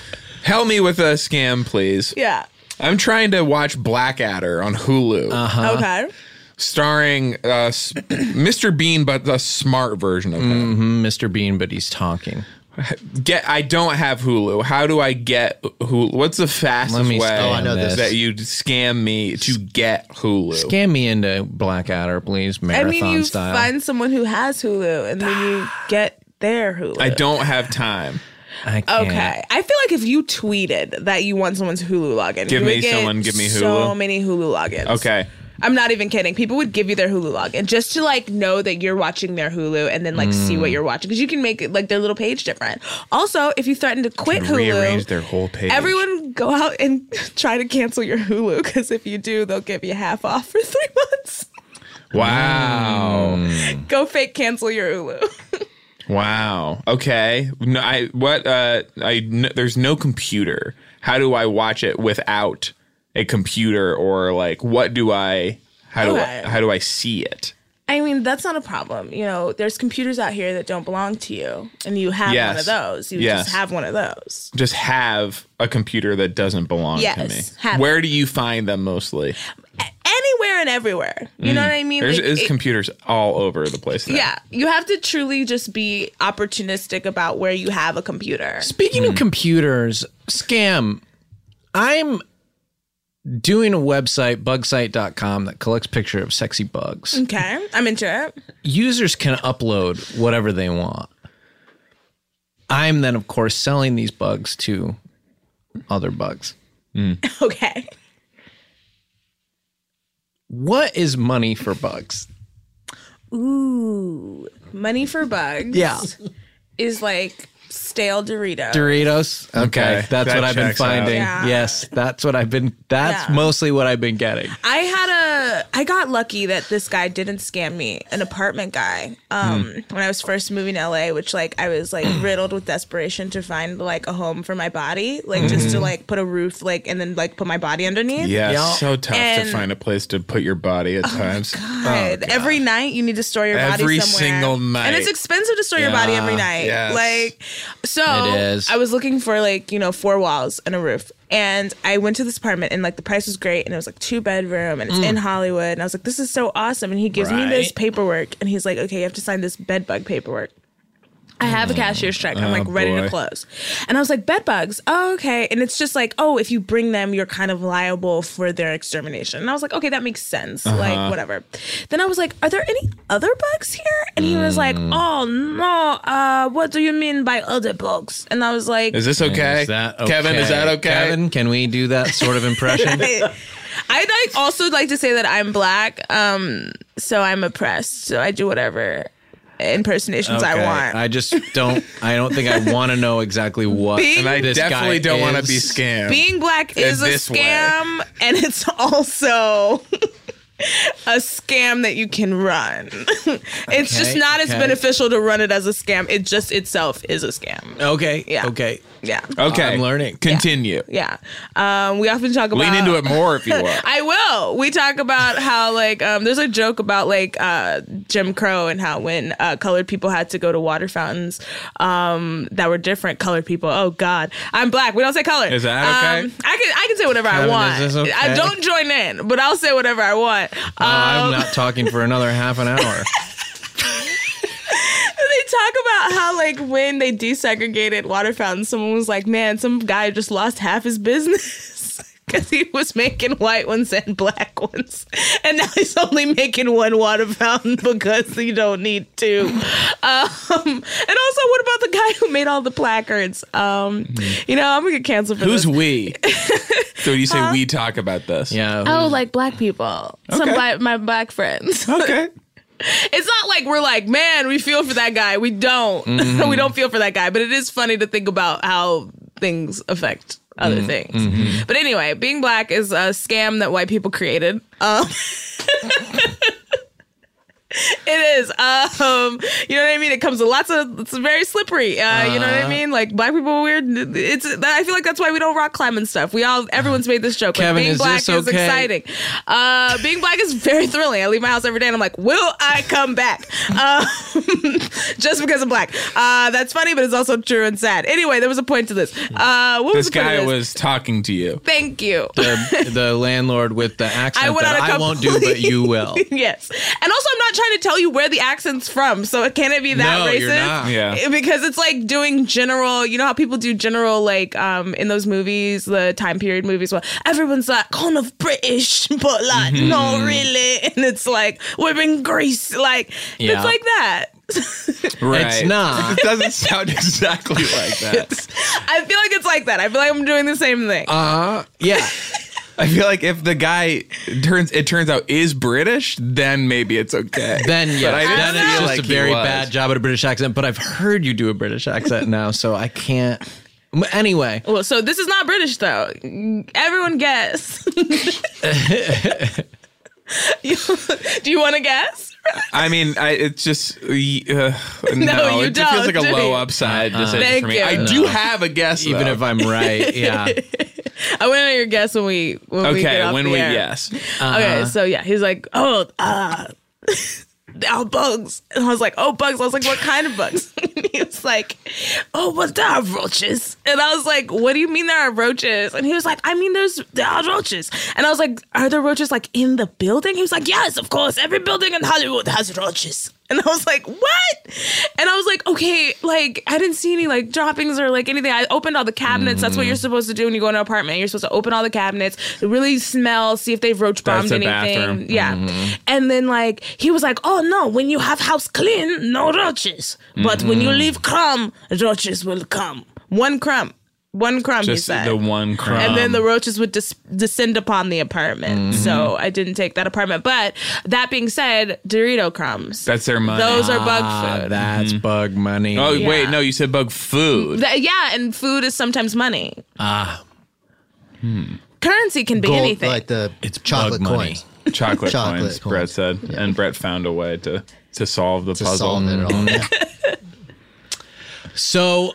[SPEAKER 3] *laughs* Help me with a scam, please.
[SPEAKER 4] Yeah.
[SPEAKER 3] I'm trying to watch Blackadder on Hulu.
[SPEAKER 4] Uh-huh. Okay.
[SPEAKER 3] Starring uh, s- Mr. Bean, but the smart version of him.
[SPEAKER 2] hmm Mr. Bean, but he's talking.
[SPEAKER 3] Get I don't have Hulu. How do I get Hulu? What's the fastest
[SPEAKER 2] Let me
[SPEAKER 3] way
[SPEAKER 2] scam Oh, I know this.
[SPEAKER 3] that you scam me to get Hulu?
[SPEAKER 2] Scam me into Blackadder, please, marathon
[SPEAKER 4] I mean, you
[SPEAKER 2] style.
[SPEAKER 4] find someone who has Hulu, and then
[SPEAKER 3] *sighs*
[SPEAKER 4] you get their Hulu.
[SPEAKER 3] I don't have time.
[SPEAKER 2] I
[SPEAKER 4] Okay, I feel like if you tweeted that you want someone's Hulu login,
[SPEAKER 3] Give
[SPEAKER 4] you
[SPEAKER 3] me
[SPEAKER 4] would get
[SPEAKER 3] someone, give me
[SPEAKER 4] So
[SPEAKER 3] Hulu.
[SPEAKER 4] many Hulu logins.
[SPEAKER 3] Okay.
[SPEAKER 4] I'm not even kidding. People would give you their Hulu login just to like know that you're watching their Hulu and then like see
[SPEAKER 3] Hmm.
[SPEAKER 4] what you're watching because you can make it like their little page different. Also, if you threaten to quit
[SPEAKER 3] Rearrange
[SPEAKER 4] Hulu,
[SPEAKER 3] their whole page.
[SPEAKER 4] everyone go out and *laughs* try to cancel your Hulu because if you do, they'll give you half off for *laughs* three months.
[SPEAKER 3] Wow.
[SPEAKER 4] go fake cancel your Hulu.
[SPEAKER 3] Wow. Okay. No, I what uh I n- there's no computer. How do I watch it without a computer or like what do I how do
[SPEAKER 4] Okay.
[SPEAKER 3] I, how do I see it?
[SPEAKER 4] I mean, that's not a problem. You know, there's computers out here that don't belong to you, and you have one
[SPEAKER 3] Yes.
[SPEAKER 4] of those. You
[SPEAKER 3] Yes.
[SPEAKER 4] just have one of those.
[SPEAKER 3] Just have a computer that doesn't belong to me.
[SPEAKER 4] Yes, have it.
[SPEAKER 3] Where do you find them mostly?
[SPEAKER 4] Anywhere and everywhere. You know
[SPEAKER 3] Mm.
[SPEAKER 4] what I mean?
[SPEAKER 3] There's
[SPEAKER 4] Like,
[SPEAKER 3] is
[SPEAKER 4] it-
[SPEAKER 3] computers all over the place. now.
[SPEAKER 4] yeah, you have to truly just be opportunistic about where you have a computer.
[SPEAKER 2] Speaking of computers, scam. I'm doing a website, bugsite.com, that collects picture of sexy bugs.
[SPEAKER 4] Okay, I'm into it. *laughs*
[SPEAKER 2] users can upload whatever they want. I'm then, of course, selling these bugs to other bugs.
[SPEAKER 4] Okay.
[SPEAKER 2] What is money for bugs?
[SPEAKER 4] Ooh, money for bugs.
[SPEAKER 2] Yeah.
[SPEAKER 4] is like stale Doritos.
[SPEAKER 2] Doritos. Okay,
[SPEAKER 3] Okay,
[SPEAKER 2] that's
[SPEAKER 3] that
[SPEAKER 2] what I've been
[SPEAKER 3] checks out.
[SPEAKER 2] finding.
[SPEAKER 4] Yeah.
[SPEAKER 2] Yes, that's what I've been. That's
[SPEAKER 4] Yeah.
[SPEAKER 2] mostly what I've been getting.
[SPEAKER 4] I had a I got lucky that this guy didn't scam me, an apartment guy. Um when I was first moving to LA, which like I was like riddled with desperation to find like a home for my body, like just to
[SPEAKER 3] Mhm.
[SPEAKER 4] like put a roof like and then like put my body underneath.
[SPEAKER 3] Yeah, it's so tough
[SPEAKER 4] And- Oh
[SPEAKER 3] to find a place to put your body at times.
[SPEAKER 4] God, every night you need to store your
[SPEAKER 3] Oh, Every
[SPEAKER 4] body somewhere.
[SPEAKER 3] single night.
[SPEAKER 4] and it's expensive to store your body every
[SPEAKER 3] Yeah,
[SPEAKER 4] night.
[SPEAKER 3] yes.
[SPEAKER 4] Like, so
[SPEAKER 3] It is.
[SPEAKER 4] I was looking for like you know four walls and a roof, and I went to this apartment and like the price was great, and it was like two bedroom, and it's
[SPEAKER 11] Mm.
[SPEAKER 4] in Hollywood, and I was like, this is so awesome, and he gives me this
[SPEAKER 11] Right.
[SPEAKER 4] paperwork, and he's like, okay, you have to sign this bed bug paperwork. I have a cashier's check. I'm
[SPEAKER 11] Oh,
[SPEAKER 4] like ready to
[SPEAKER 11] boy.
[SPEAKER 4] close. And I was like, bed bugs. Oh, okay. And it's just like, oh, if you bring them, you're kind of liable for their extermination. And I was like, okay, that makes sense.
[SPEAKER 11] Uh-huh.
[SPEAKER 4] Like, whatever. Then I was like, are there any other bugs here? And he was like,
[SPEAKER 11] Mm.
[SPEAKER 4] oh, no. Uh, what do you mean by other bugs? And I was like,
[SPEAKER 3] Is this okay?
[SPEAKER 2] Is that
[SPEAKER 3] Kevin, is that okay?
[SPEAKER 2] Kevin, can we do that sort of
[SPEAKER 4] *laughs*
[SPEAKER 2] impression?
[SPEAKER 4] I like also like to say that I'm black, um, so I'm oppressed. So I do whatever impersonations I
[SPEAKER 2] Okay,
[SPEAKER 4] want.
[SPEAKER 2] I just don't. I don't think I want to know exactly
[SPEAKER 4] *laughs*
[SPEAKER 2] what.
[SPEAKER 4] Being- And I
[SPEAKER 2] this
[SPEAKER 3] definitely
[SPEAKER 2] guy
[SPEAKER 3] don't wanna
[SPEAKER 2] is.
[SPEAKER 3] be scammed.
[SPEAKER 4] being black
[SPEAKER 3] In
[SPEAKER 4] is a
[SPEAKER 3] this way.
[SPEAKER 4] scam and it's also *laughs* a scam that you can run *laughs* it's just
[SPEAKER 2] Okay,
[SPEAKER 4] not as
[SPEAKER 2] okay.
[SPEAKER 4] beneficial to run it as a scam it just itself is a scam
[SPEAKER 2] Okay.
[SPEAKER 4] Yeah.
[SPEAKER 2] Okay.
[SPEAKER 4] yeah
[SPEAKER 3] Okay.
[SPEAKER 2] I'm learning.
[SPEAKER 3] Continue.
[SPEAKER 4] yeah um, we often talk about
[SPEAKER 3] Lean into it more if you want.
[SPEAKER 4] i will we talk about how like um, there's a joke about like uh, jim crow and how when uh, colored people had to go to water fountains um, that were different colored people oh god i'm black we don't say color
[SPEAKER 3] Is that okay?
[SPEAKER 4] um, i can i can say whatever i
[SPEAKER 2] Kevin,
[SPEAKER 4] want
[SPEAKER 2] is this
[SPEAKER 4] i
[SPEAKER 2] okay?
[SPEAKER 4] don't join in but i'll say whatever i want um,
[SPEAKER 2] Oh, I'm not talking for
[SPEAKER 3] *laughs*
[SPEAKER 2] another half an hour.
[SPEAKER 4] they talk about how like when they desegregated water fountains someone was like man some guy just lost half his business *laughs* because he was making white ones and black ones and now he's only making one water fountain because he don't need two um, and also what about the guy who made all the placards um, you know i'm gonna get canceled for
[SPEAKER 3] Hmm. Who's
[SPEAKER 4] this
[SPEAKER 3] we? so you say we talk about this.
[SPEAKER 2] Yeah.
[SPEAKER 4] oh like black people some
[SPEAKER 3] Okay.
[SPEAKER 4] black, my black friends
[SPEAKER 3] okay
[SPEAKER 4] it's not like we're like, man, we feel for that guy. We don't. *laughs*
[SPEAKER 2] Mhm.
[SPEAKER 4] we don't feel for that guy. But it is funny to think about how things affect other
[SPEAKER 2] Mm,
[SPEAKER 4] things.
[SPEAKER 2] mhm.
[SPEAKER 4] But anyway, being black is a scam that white people created. Um, *laughs* it is. Um, you know what I mean? It comes to lots of. It's very slippery. Uh, You know what I
[SPEAKER 2] Uh-huh.
[SPEAKER 4] mean? Like black people are weird. It's. I feel like that's why we don't rock climb and stuff. We all. Everyone's made this joke.
[SPEAKER 2] Kevin,
[SPEAKER 4] like, being
[SPEAKER 2] is
[SPEAKER 4] black
[SPEAKER 2] this
[SPEAKER 4] is
[SPEAKER 2] okay?
[SPEAKER 4] exciting. Uh, being black is very thrilling. I leave my house every day and I'm like, will I come back? Um, *laughs* just because I'm black. Uh, that's funny, but it's also true and sad. Anyway, there was a point to this. Uh, what was
[SPEAKER 3] This
[SPEAKER 4] the point of
[SPEAKER 3] guy
[SPEAKER 4] this?
[SPEAKER 3] was talking to you.
[SPEAKER 4] Thank you.
[SPEAKER 2] The, the landlord with the accent
[SPEAKER 4] I went on
[SPEAKER 2] that
[SPEAKER 4] a
[SPEAKER 2] I won't do, but
[SPEAKER 3] *laughs*
[SPEAKER 2] you will.
[SPEAKER 4] *laughs* yes. And also, I'm not trying to tell you where the accent's from, so it can it be that
[SPEAKER 2] No,
[SPEAKER 4] racist? Eh,
[SPEAKER 2] you're not. Yeah.
[SPEAKER 4] Because it's like doing general, you know how people do general, like um in those movies, the time period movies, well, everyone's like kind of British, *laughs* but like
[SPEAKER 2] Mm-hmm.
[SPEAKER 11] Mhm.
[SPEAKER 4] not really. And it's like, we're in Greece. Like,
[SPEAKER 11] Yeah.
[SPEAKER 4] it's like that. *laughs*
[SPEAKER 3] Right.
[SPEAKER 2] It's not.
[SPEAKER 3] It doesn't sound exactly like that.
[SPEAKER 4] I feel like it's like that. I feel like I'm doing the same thing.
[SPEAKER 2] Uh *laughs* yeah.
[SPEAKER 3] I feel like if the guy turns it turns out is British, then maybe it's okay.
[SPEAKER 2] Then yeah,
[SPEAKER 3] But I didn't
[SPEAKER 2] then it's
[SPEAKER 3] feel
[SPEAKER 2] just
[SPEAKER 3] like
[SPEAKER 2] a
[SPEAKER 3] he
[SPEAKER 2] very
[SPEAKER 3] was.
[SPEAKER 2] bad job at a British accent. But I've heard you do a British accent now, so I can't. M- Anyway,
[SPEAKER 4] well, so this is not British though.
[SPEAKER 2] *laughs*
[SPEAKER 4] Everyone guess. *laughs* You- do you want to guess?
[SPEAKER 3] I mean, I, it's just
[SPEAKER 4] *laughs*
[SPEAKER 3] uh, no.
[SPEAKER 4] No, you
[SPEAKER 3] it just feels
[SPEAKER 4] don't,
[SPEAKER 3] like a
[SPEAKER 4] do you?
[SPEAKER 3] low upside
[SPEAKER 2] Uh-uh.
[SPEAKER 3] decision
[SPEAKER 4] Thank
[SPEAKER 3] for me.
[SPEAKER 4] you.
[SPEAKER 3] I
[SPEAKER 4] No.
[SPEAKER 3] do have a guess,
[SPEAKER 2] Even
[SPEAKER 3] though.
[SPEAKER 2] if I'm
[SPEAKER 3] *laughs*
[SPEAKER 2] right, yeah.
[SPEAKER 4] I want to know your guess when we when we
[SPEAKER 3] okay,
[SPEAKER 4] get off
[SPEAKER 3] when
[SPEAKER 4] the
[SPEAKER 3] we Uh-huh.
[SPEAKER 4] air.
[SPEAKER 3] yes,
[SPEAKER 4] Okay, so yeah, he's like, oh, uh, oh, bugs, and I was like, oh, bugs. I was like, what kind of bugs? *laughs* And he was like, oh, well, there are roaches, and I was like, what do you mean there are roaches? And he was like, I mean, there's there are roaches, and I was like, are there roaches like in the building? He was like, yes, of course, every building in Hollywood has roaches. And I was like, what? And I was like, okay, like I didn't see any like droppings or like anything. I opened all the cabinets. That's what
[SPEAKER 11] Mhm.
[SPEAKER 4] you're supposed to do when you go in an apartment. You're supposed to open all the cabinets, really smell, see if they've roach bombed
[SPEAKER 11] That's a
[SPEAKER 4] anything.
[SPEAKER 11] bathroom.
[SPEAKER 4] Yeah.
[SPEAKER 3] Mm-hmm.
[SPEAKER 11] Mhm.
[SPEAKER 4] And then like he was like, oh no, when you have house clean, no roaches. But when
[SPEAKER 3] Mm-hmm.
[SPEAKER 4] you
[SPEAKER 11] Mhm.
[SPEAKER 4] leave crumb, roaches will come. One crumb. One crumb, he
[SPEAKER 3] Just
[SPEAKER 4] said.
[SPEAKER 3] the one crumb.
[SPEAKER 4] And then the roaches would dis- descend upon the
[SPEAKER 3] Mhm.
[SPEAKER 4] apartment. So I didn't take that apartment. But that being said, Dorito crumbs.
[SPEAKER 3] That's their money.
[SPEAKER 4] Those are bug
[SPEAKER 2] Ah, that's bug money.
[SPEAKER 3] Mm-hmm. Oh
[SPEAKER 4] Yeah.
[SPEAKER 3] wait, no, you said bug
[SPEAKER 4] *laughs*
[SPEAKER 3] food.
[SPEAKER 4] Th- yeah, and food is sometimes money.
[SPEAKER 3] Ah, Hmm.
[SPEAKER 4] Currency can be anything.
[SPEAKER 6] the
[SPEAKER 3] it's
[SPEAKER 6] chocolate coins.
[SPEAKER 3] Chocolate,
[SPEAKER 6] Chocolate
[SPEAKER 3] coins, Brett said, and Brett found a way to to solve the puzzle.
[SPEAKER 6] solve it all,
[SPEAKER 2] So,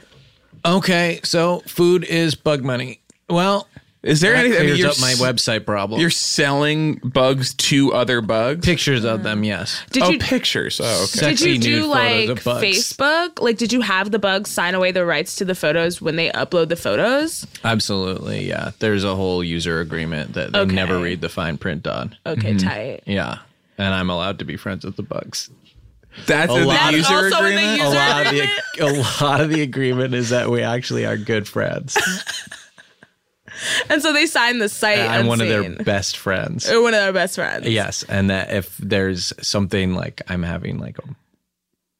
[SPEAKER 2] okay, so food is bug money. Well,
[SPEAKER 3] *laughs* is there
[SPEAKER 2] that
[SPEAKER 3] anything- I mean,
[SPEAKER 2] clears
[SPEAKER 3] you're
[SPEAKER 2] up my
[SPEAKER 3] s-
[SPEAKER 2] website problem?
[SPEAKER 3] You're selling bugs to other bugs.
[SPEAKER 2] Pictures of them, yes.
[SPEAKER 4] Did
[SPEAKER 3] oh,
[SPEAKER 4] you-
[SPEAKER 3] pictures? Oh, okay.
[SPEAKER 4] Did you do like Facebook? Like, did you have the bugs sign away the rights to the photos when they upload the photos?
[SPEAKER 2] Absolutely, yeah. There's a whole user agreement that they
[SPEAKER 4] Okay.
[SPEAKER 2] never read the fine print on.
[SPEAKER 4] Okay, Mhm. tight.
[SPEAKER 2] Yeah, and I'm allowed to be friends with the bugs.
[SPEAKER 3] That's
[SPEAKER 4] in the *laughs* That's user also in the agreement?
[SPEAKER 2] a,
[SPEAKER 4] user
[SPEAKER 2] lot of the, a lot of the agreement is that we actually are good
[SPEAKER 4] *laughs*
[SPEAKER 2] friends.
[SPEAKER 4] And so they signed the site.
[SPEAKER 2] Uh, And I'm one of their
[SPEAKER 4] unseen.
[SPEAKER 2] best friends.
[SPEAKER 4] Or one of their best friends.
[SPEAKER 2] Yes, and that if there's something like I'm having like a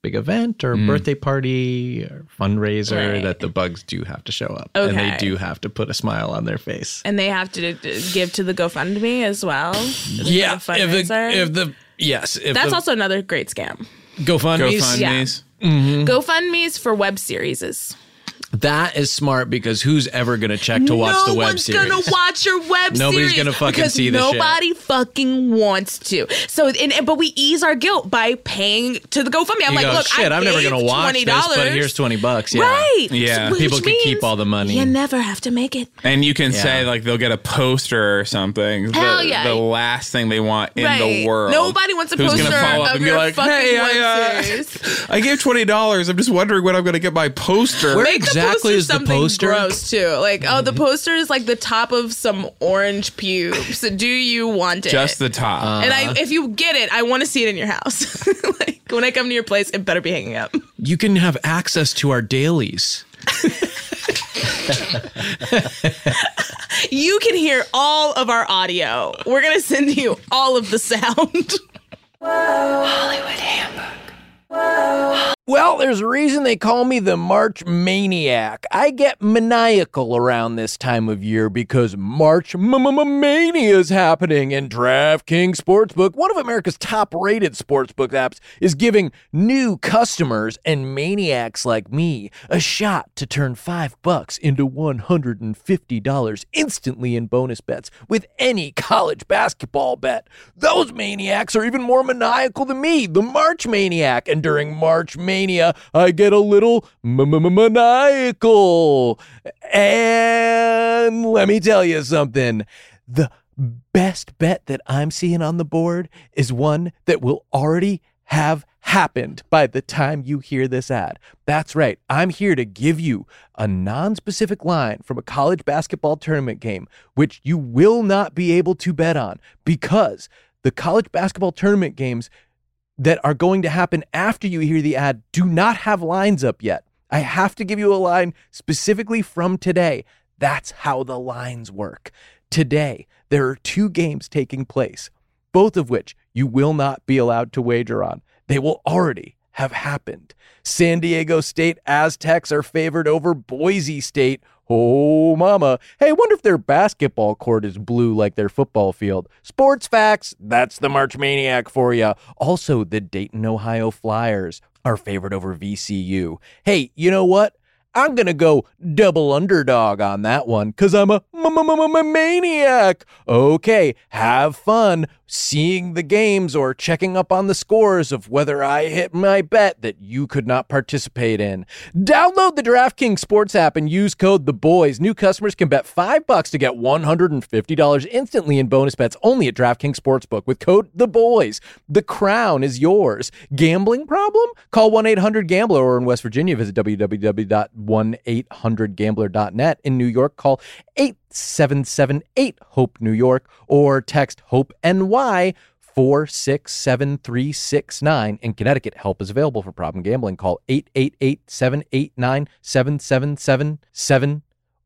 [SPEAKER 2] big event or a birthday party or fundraiser, that the bugs do have to show up, and they
[SPEAKER 4] Okay.
[SPEAKER 2] do have to put a smile on their face.
[SPEAKER 4] And they have to d- d- give to the GoFundMe as well. Is that
[SPEAKER 2] Yeah,
[SPEAKER 4] a
[SPEAKER 2] if the-
[SPEAKER 4] fundraiser?
[SPEAKER 2] if the yes, if
[SPEAKER 4] that's
[SPEAKER 2] the
[SPEAKER 4] also another great scam.
[SPEAKER 2] GoFundMe's,
[SPEAKER 4] GoFundMes.
[SPEAKER 2] Mhm.
[SPEAKER 4] GoFundMe's for web series.
[SPEAKER 2] that is smart because who's ever going to check to watch
[SPEAKER 4] no
[SPEAKER 2] the web
[SPEAKER 4] one's
[SPEAKER 2] series?
[SPEAKER 4] gonna watch your
[SPEAKER 2] *laughs*
[SPEAKER 4] web
[SPEAKER 2] Nobody's
[SPEAKER 4] series
[SPEAKER 2] gonna fucking
[SPEAKER 4] because
[SPEAKER 2] see this shit.
[SPEAKER 4] nobody fucking wants to. So, and, and- but we ease our guilt by paying to the GoFundMe. I'm
[SPEAKER 2] You
[SPEAKER 4] like,
[SPEAKER 2] go,
[SPEAKER 4] look,
[SPEAKER 2] shit,
[SPEAKER 4] I
[SPEAKER 2] I'm never
[SPEAKER 4] going
[SPEAKER 2] gonna
[SPEAKER 4] to
[SPEAKER 2] watch this, but here's twenty bucks. Yeah,
[SPEAKER 4] Right. Yeah. Which
[SPEAKER 2] people can
[SPEAKER 4] means
[SPEAKER 2] keep all the money.
[SPEAKER 4] You never have to make it.
[SPEAKER 3] And you can
[SPEAKER 2] Yeah.
[SPEAKER 3] say like they'll get a poster or something.
[SPEAKER 4] Hell
[SPEAKER 3] the,
[SPEAKER 4] yeah.
[SPEAKER 3] the last thing they want in the
[SPEAKER 4] Right.
[SPEAKER 3] world.
[SPEAKER 4] Nobody wants a
[SPEAKER 3] Who's gonna
[SPEAKER 4] poster
[SPEAKER 3] follow up
[SPEAKER 4] of
[SPEAKER 3] and be
[SPEAKER 4] your
[SPEAKER 3] like,
[SPEAKER 4] fucking
[SPEAKER 3] "Hey,
[SPEAKER 4] web
[SPEAKER 3] I,
[SPEAKER 2] *laughs*
[SPEAKER 3] uh,
[SPEAKER 4] series.
[SPEAKER 3] *laughs* I gave twenty dollars. I'm just wondering when I'm going to get my poster.
[SPEAKER 4] Make the poster something Gross too. Like, oh, the poster is like the top of some orange pubes. Do you want it?
[SPEAKER 3] Just the top.
[SPEAKER 4] and I, if you get it, I want to see it in your house. *laughs* like when I come to your place, it better be hanging up.
[SPEAKER 2] you can have access to our dailies.
[SPEAKER 4] You can hear all of our audio. We're gonna send you all of the sound. *laughs* Hollywood
[SPEAKER 9] Well, there's a reason they call me the March Maniac. I get maniacal around this time of year because March Mania is happening, and DraftKings Sportsbook, one of America's top rated sportsbook apps, is giving new customers and maniacs like me a shot to turn five bucks into $150 instantly in bonus bets with any college basketball bet. Those maniacs are even more maniacal than me, the March Maniac. And during March Mania, I get a little maniacal. And let me tell you something the best bet that I'm seeing on the board is one that will already have happened by the time you hear this ad. That's right. I'm here to give you a non-specific line from a college basketball tournament game which you will not be able to bet on because the college basketball tournament games that are going to happen after you hear the ad do not have lines up yet. I have to give you a line specifically from today. That's how the lines work. Today, there are two games taking place, both of which you will not be allowed to wager on. They will already have happened. San Diego State Aztecs are favored over Boise State. Oh, mama. Hey, I wonder if their basketball court is blue like their football field. Sports facts, that's the March Maniac for you. Also, the Dayton, Ohio Flyers are favored over VCU. Hey, you know what? I'm going to go double underdog on that one because I'm a maniac. Okay, have fun seeing the games or checking up on the scores of whether I hit my bet that you could not participate in. Download the DraftKings Sports app and use code The Boys. New customers can bet five bucks to get $150 instantly in bonus bets only at DraftKings Sportsbook with code The Boys. The crown is yours. Gambling problem? Call 1 800 Gambler or in West Virginia, visit www.1800Gambler.net. In New York, call 8778 Hope New York or text Hope NY. 467-369 in Connecticut. Help is available for problem gambling. Call 888-789-7777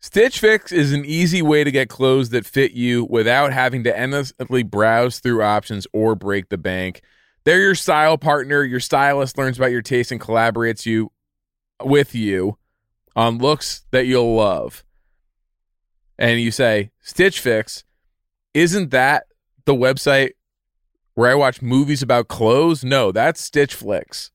[SPEAKER 7] Stitch Fix is an easy way to get clothes that fit you without having to endlessly browse through options or break the bank. They're your style partner. Your stylist learns about your taste and collaborates you with you on looks that you'll love. And you say, Stitch Fix, isn't that the website where I watch movies about clothes? No, that's Stitch Flicks.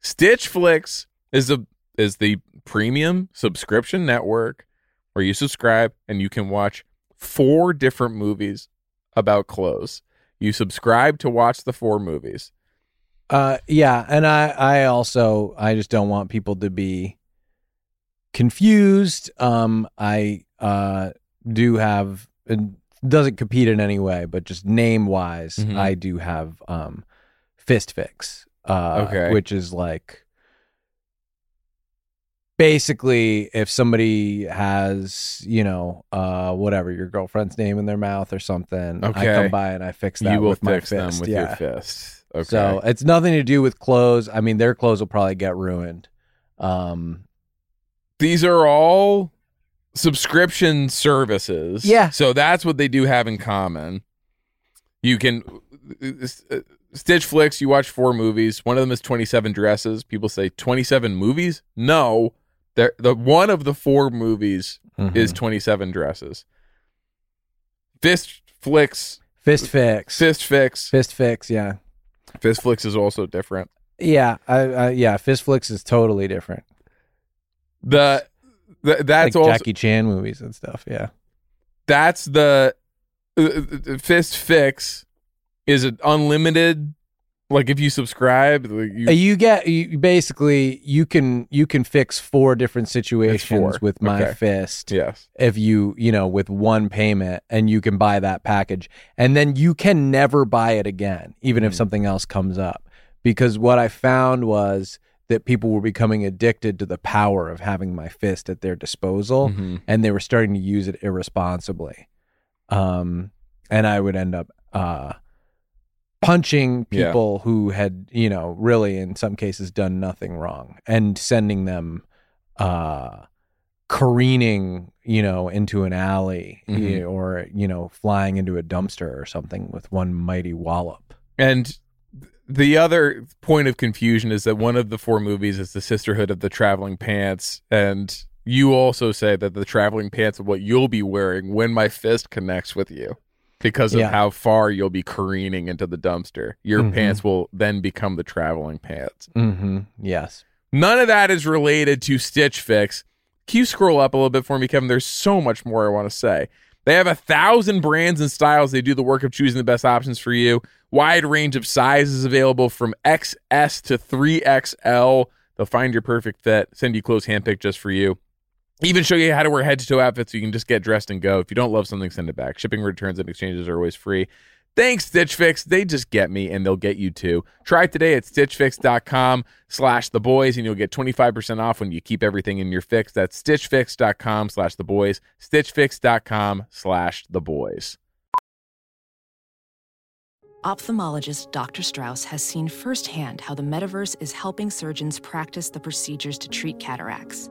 [SPEAKER 7] Stitch Flicks is the is the premium subscription network where you subscribe and you can watch four different movies about clothes. You subscribe to watch the four movies.
[SPEAKER 9] Uh, yeah, and I, I also, I just don't want people to be confused. Um, I uh, do have, it doesn't compete in any way, but just name wise,
[SPEAKER 7] Mhm.
[SPEAKER 9] I do have um, Fist Fix, uh,
[SPEAKER 7] Okay.
[SPEAKER 9] which is like basically if somebody has you know uh whatever your girlfriend's name in their mouth or something i
[SPEAKER 7] Okay.
[SPEAKER 9] come by and i fix that
[SPEAKER 7] You will
[SPEAKER 9] with my
[SPEAKER 7] fix them
[SPEAKER 9] fist.
[SPEAKER 7] with your
[SPEAKER 9] yeah.
[SPEAKER 7] fist. Okay.
[SPEAKER 9] so it's nothing to do with clothes i mean their clothes will probably get ruined um
[SPEAKER 7] These are all subscription services.
[SPEAKER 9] Yeah.
[SPEAKER 7] So that's what they do have in common. You can Stitch Flicks, you watch four movies. One of them is 27 dresses. People say 27 movies? No. They're, the one of the four movies is 27 dresses. Fist Flicks,
[SPEAKER 9] fist fix
[SPEAKER 7] Fist Fix,
[SPEAKER 9] fist fix yeah
[SPEAKER 7] Fist Flicks is also different.
[SPEAKER 9] yeah I, I yeah fist flicks is totally different
[SPEAKER 7] The, the that's
[SPEAKER 9] like
[SPEAKER 7] also
[SPEAKER 9] jackie chan movies and stuff yeah
[SPEAKER 7] that's the uh, uh, fist fix is it unlimited like if you subscribe like you,
[SPEAKER 9] Uh, you get you, basically you can you can fix four different situations with my
[SPEAKER 7] Okay.
[SPEAKER 9] fist
[SPEAKER 7] yes
[SPEAKER 9] if you you know with one payment and you can buy that package and then you can never buy it again even if something else comes up because what i found was that people were becoming addicted to the power of having my fist at their disposal
[SPEAKER 7] Mhm.
[SPEAKER 9] and they were starting to use it irresponsibly um and i would end up uh punching
[SPEAKER 7] Yeah.
[SPEAKER 9] people who had you know really in some cases done nothing wrong and sending them uh careening you know into an alley
[SPEAKER 7] Mhm.
[SPEAKER 9] you- or you know flying into a dumpster or something with one mighty wallop
[SPEAKER 7] and the other point of confusion is that one of the four movies is the sisterhood of the traveling pants and you also say that the traveling pants are what you'll be wearing when my fist connects with you because of
[SPEAKER 9] Yeah.
[SPEAKER 7] how far you'll be careening into the dumpster your
[SPEAKER 9] Mhm.
[SPEAKER 7] pants will then become the traveling pants
[SPEAKER 9] mm-hmm yes
[SPEAKER 7] None of that is related to Stitch Fix. Can you scroll up a little bit for me, Kevin? There's so much more I want to say. They have a thousand brands and styles. They do the work of choosing the best options for you. Wide range of sizes available from XS to 3XL. They'll find your perfect fit, send you clothes handpicked just for you. Even show you how to wear head to toe outfits so you can just get dressed and go. If you don't love something, send it back. Shipping, returns, and exchanges are always free. Thanks, Stitch Fix. They just get me and they'll get you too. Try it today at stitchfix.com slash the boys and you'll get 25% off when you keep everything in your fix. That's stitchfix.com slash the boys, stitchfix.com slash the boys.
[SPEAKER 1] Ophthalmologist Dr. Strauss has seen firsthand how the metaverse is helping surgeons practice the procedures to treat cataracts.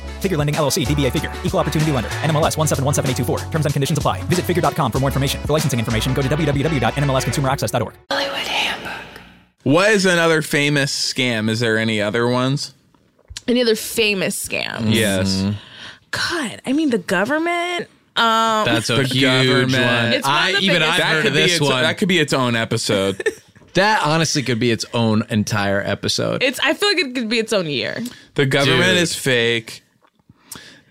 [SPEAKER 12] Figure Lending LLC, DBA Figure, Equal Opportunity Lender, NMLS 1717824. Terms and conditions apply. Visit figure.com for more information. For licensing information, go to www.nmlsconsumeraccess.org.
[SPEAKER 3] What is another famous scam? Is there any other ones?
[SPEAKER 4] Any other famous
[SPEAKER 2] Mm-hmm.
[SPEAKER 4] scams?
[SPEAKER 3] Yes.
[SPEAKER 4] God, I mean the government. Um,
[SPEAKER 2] That's a huge one.
[SPEAKER 4] It's one
[SPEAKER 2] I
[SPEAKER 4] of the
[SPEAKER 2] even
[SPEAKER 4] biggest-
[SPEAKER 2] I've heard of
[SPEAKER 3] be
[SPEAKER 2] this
[SPEAKER 3] its,
[SPEAKER 2] one.
[SPEAKER 3] That could be its own episode.
[SPEAKER 2] *laughs* that honestly could be its own entire episode.
[SPEAKER 4] It's. I feel like it could be its own year.
[SPEAKER 3] The government
[SPEAKER 2] Dude.
[SPEAKER 3] is fake.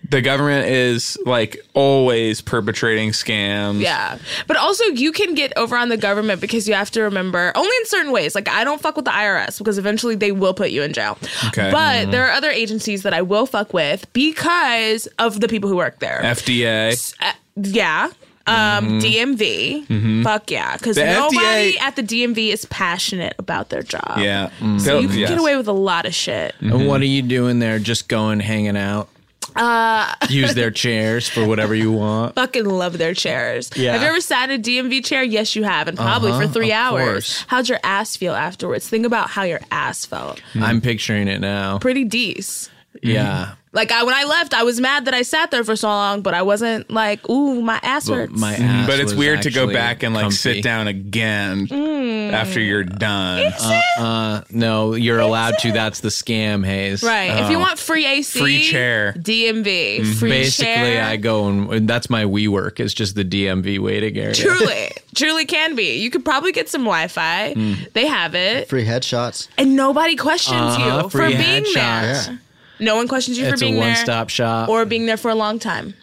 [SPEAKER 3] The government is like always perpetrating scams.
[SPEAKER 4] Yeah. But also, you can get over on the government because you have to remember only in certain ways. Like, I don't fuck with the IRS because eventually they will put you in jail.
[SPEAKER 3] Okay.
[SPEAKER 4] But there are other agencies that I will fuck with because of the people who work there.
[SPEAKER 3] FDA.
[SPEAKER 4] Uh, yeah.
[SPEAKER 2] Mm-hmm.
[SPEAKER 4] Um,
[SPEAKER 3] Mhm.
[SPEAKER 4] DMV.
[SPEAKER 3] Mhm.
[SPEAKER 4] Fuck yeah. Because
[SPEAKER 3] The
[SPEAKER 4] nobody
[SPEAKER 3] FDA
[SPEAKER 4] at the DMV is passionate about their job.
[SPEAKER 2] Yeah. Mm-hmm.
[SPEAKER 4] So
[SPEAKER 3] Mm.
[SPEAKER 4] you can get away with a lot of shit.
[SPEAKER 2] And what are you doing there? Just going hanging out.
[SPEAKER 4] Uh,
[SPEAKER 2] Use
[SPEAKER 4] *laughs*
[SPEAKER 2] their chairs for whatever you want.
[SPEAKER 4] fucking love their chairs.
[SPEAKER 2] Yeah.
[SPEAKER 4] Have you ever sat in a DMV chair? Yes, you have, and probably
[SPEAKER 2] Uh-huh,
[SPEAKER 4] for three
[SPEAKER 2] of
[SPEAKER 4] hours.
[SPEAKER 2] course.
[SPEAKER 4] How'd your ass feel afterwards? Think about how your ass felt.
[SPEAKER 3] Mm-hmm.
[SPEAKER 2] I'm picturing it now.
[SPEAKER 4] Pretty decent.
[SPEAKER 2] Yeah.
[SPEAKER 4] Like I, when I left, I was mad that I sat there for so long, but I wasn't like, ooh, my ass hurts.
[SPEAKER 2] my
[SPEAKER 3] Mhm.
[SPEAKER 2] ass
[SPEAKER 3] but it's
[SPEAKER 2] was
[SPEAKER 3] weird to go
[SPEAKER 2] actually
[SPEAKER 3] back and like
[SPEAKER 2] comfy.
[SPEAKER 3] sit down again
[SPEAKER 4] Mm.
[SPEAKER 3] after you're done.
[SPEAKER 2] Uh, uh, no, you're allowed to. That's the scam, Hayes.
[SPEAKER 4] right. If you want free AC,
[SPEAKER 2] Oh. Free chair.
[SPEAKER 4] DMV,
[SPEAKER 2] Mhm.
[SPEAKER 4] free
[SPEAKER 2] basically,
[SPEAKER 4] chair.
[SPEAKER 2] I go and, and that's my we work. It's just the DMV waiting area.
[SPEAKER 4] *laughs* Truly, truly can be. You could probably get some Wi-Fi.
[SPEAKER 2] Mm.
[SPEAKER 4] They have it,
[SPEAKER 6] Free headshots.
[SPEAKER 4] and nobody questions
[SPEAKER 2] Uh-huh,
[SPEAKER 4] you for
[SPEAKER 2] free
[SPEAKER 4] being
[SPEAKER 2] headshots.
[SPEAKER 4] there. No one questions you for
[SPEAKER 2] It's a
[SPEAKER 4] being there.
[SPEAKER 2] one-stop shop.
[SPEAKER 4] or being there for a long time.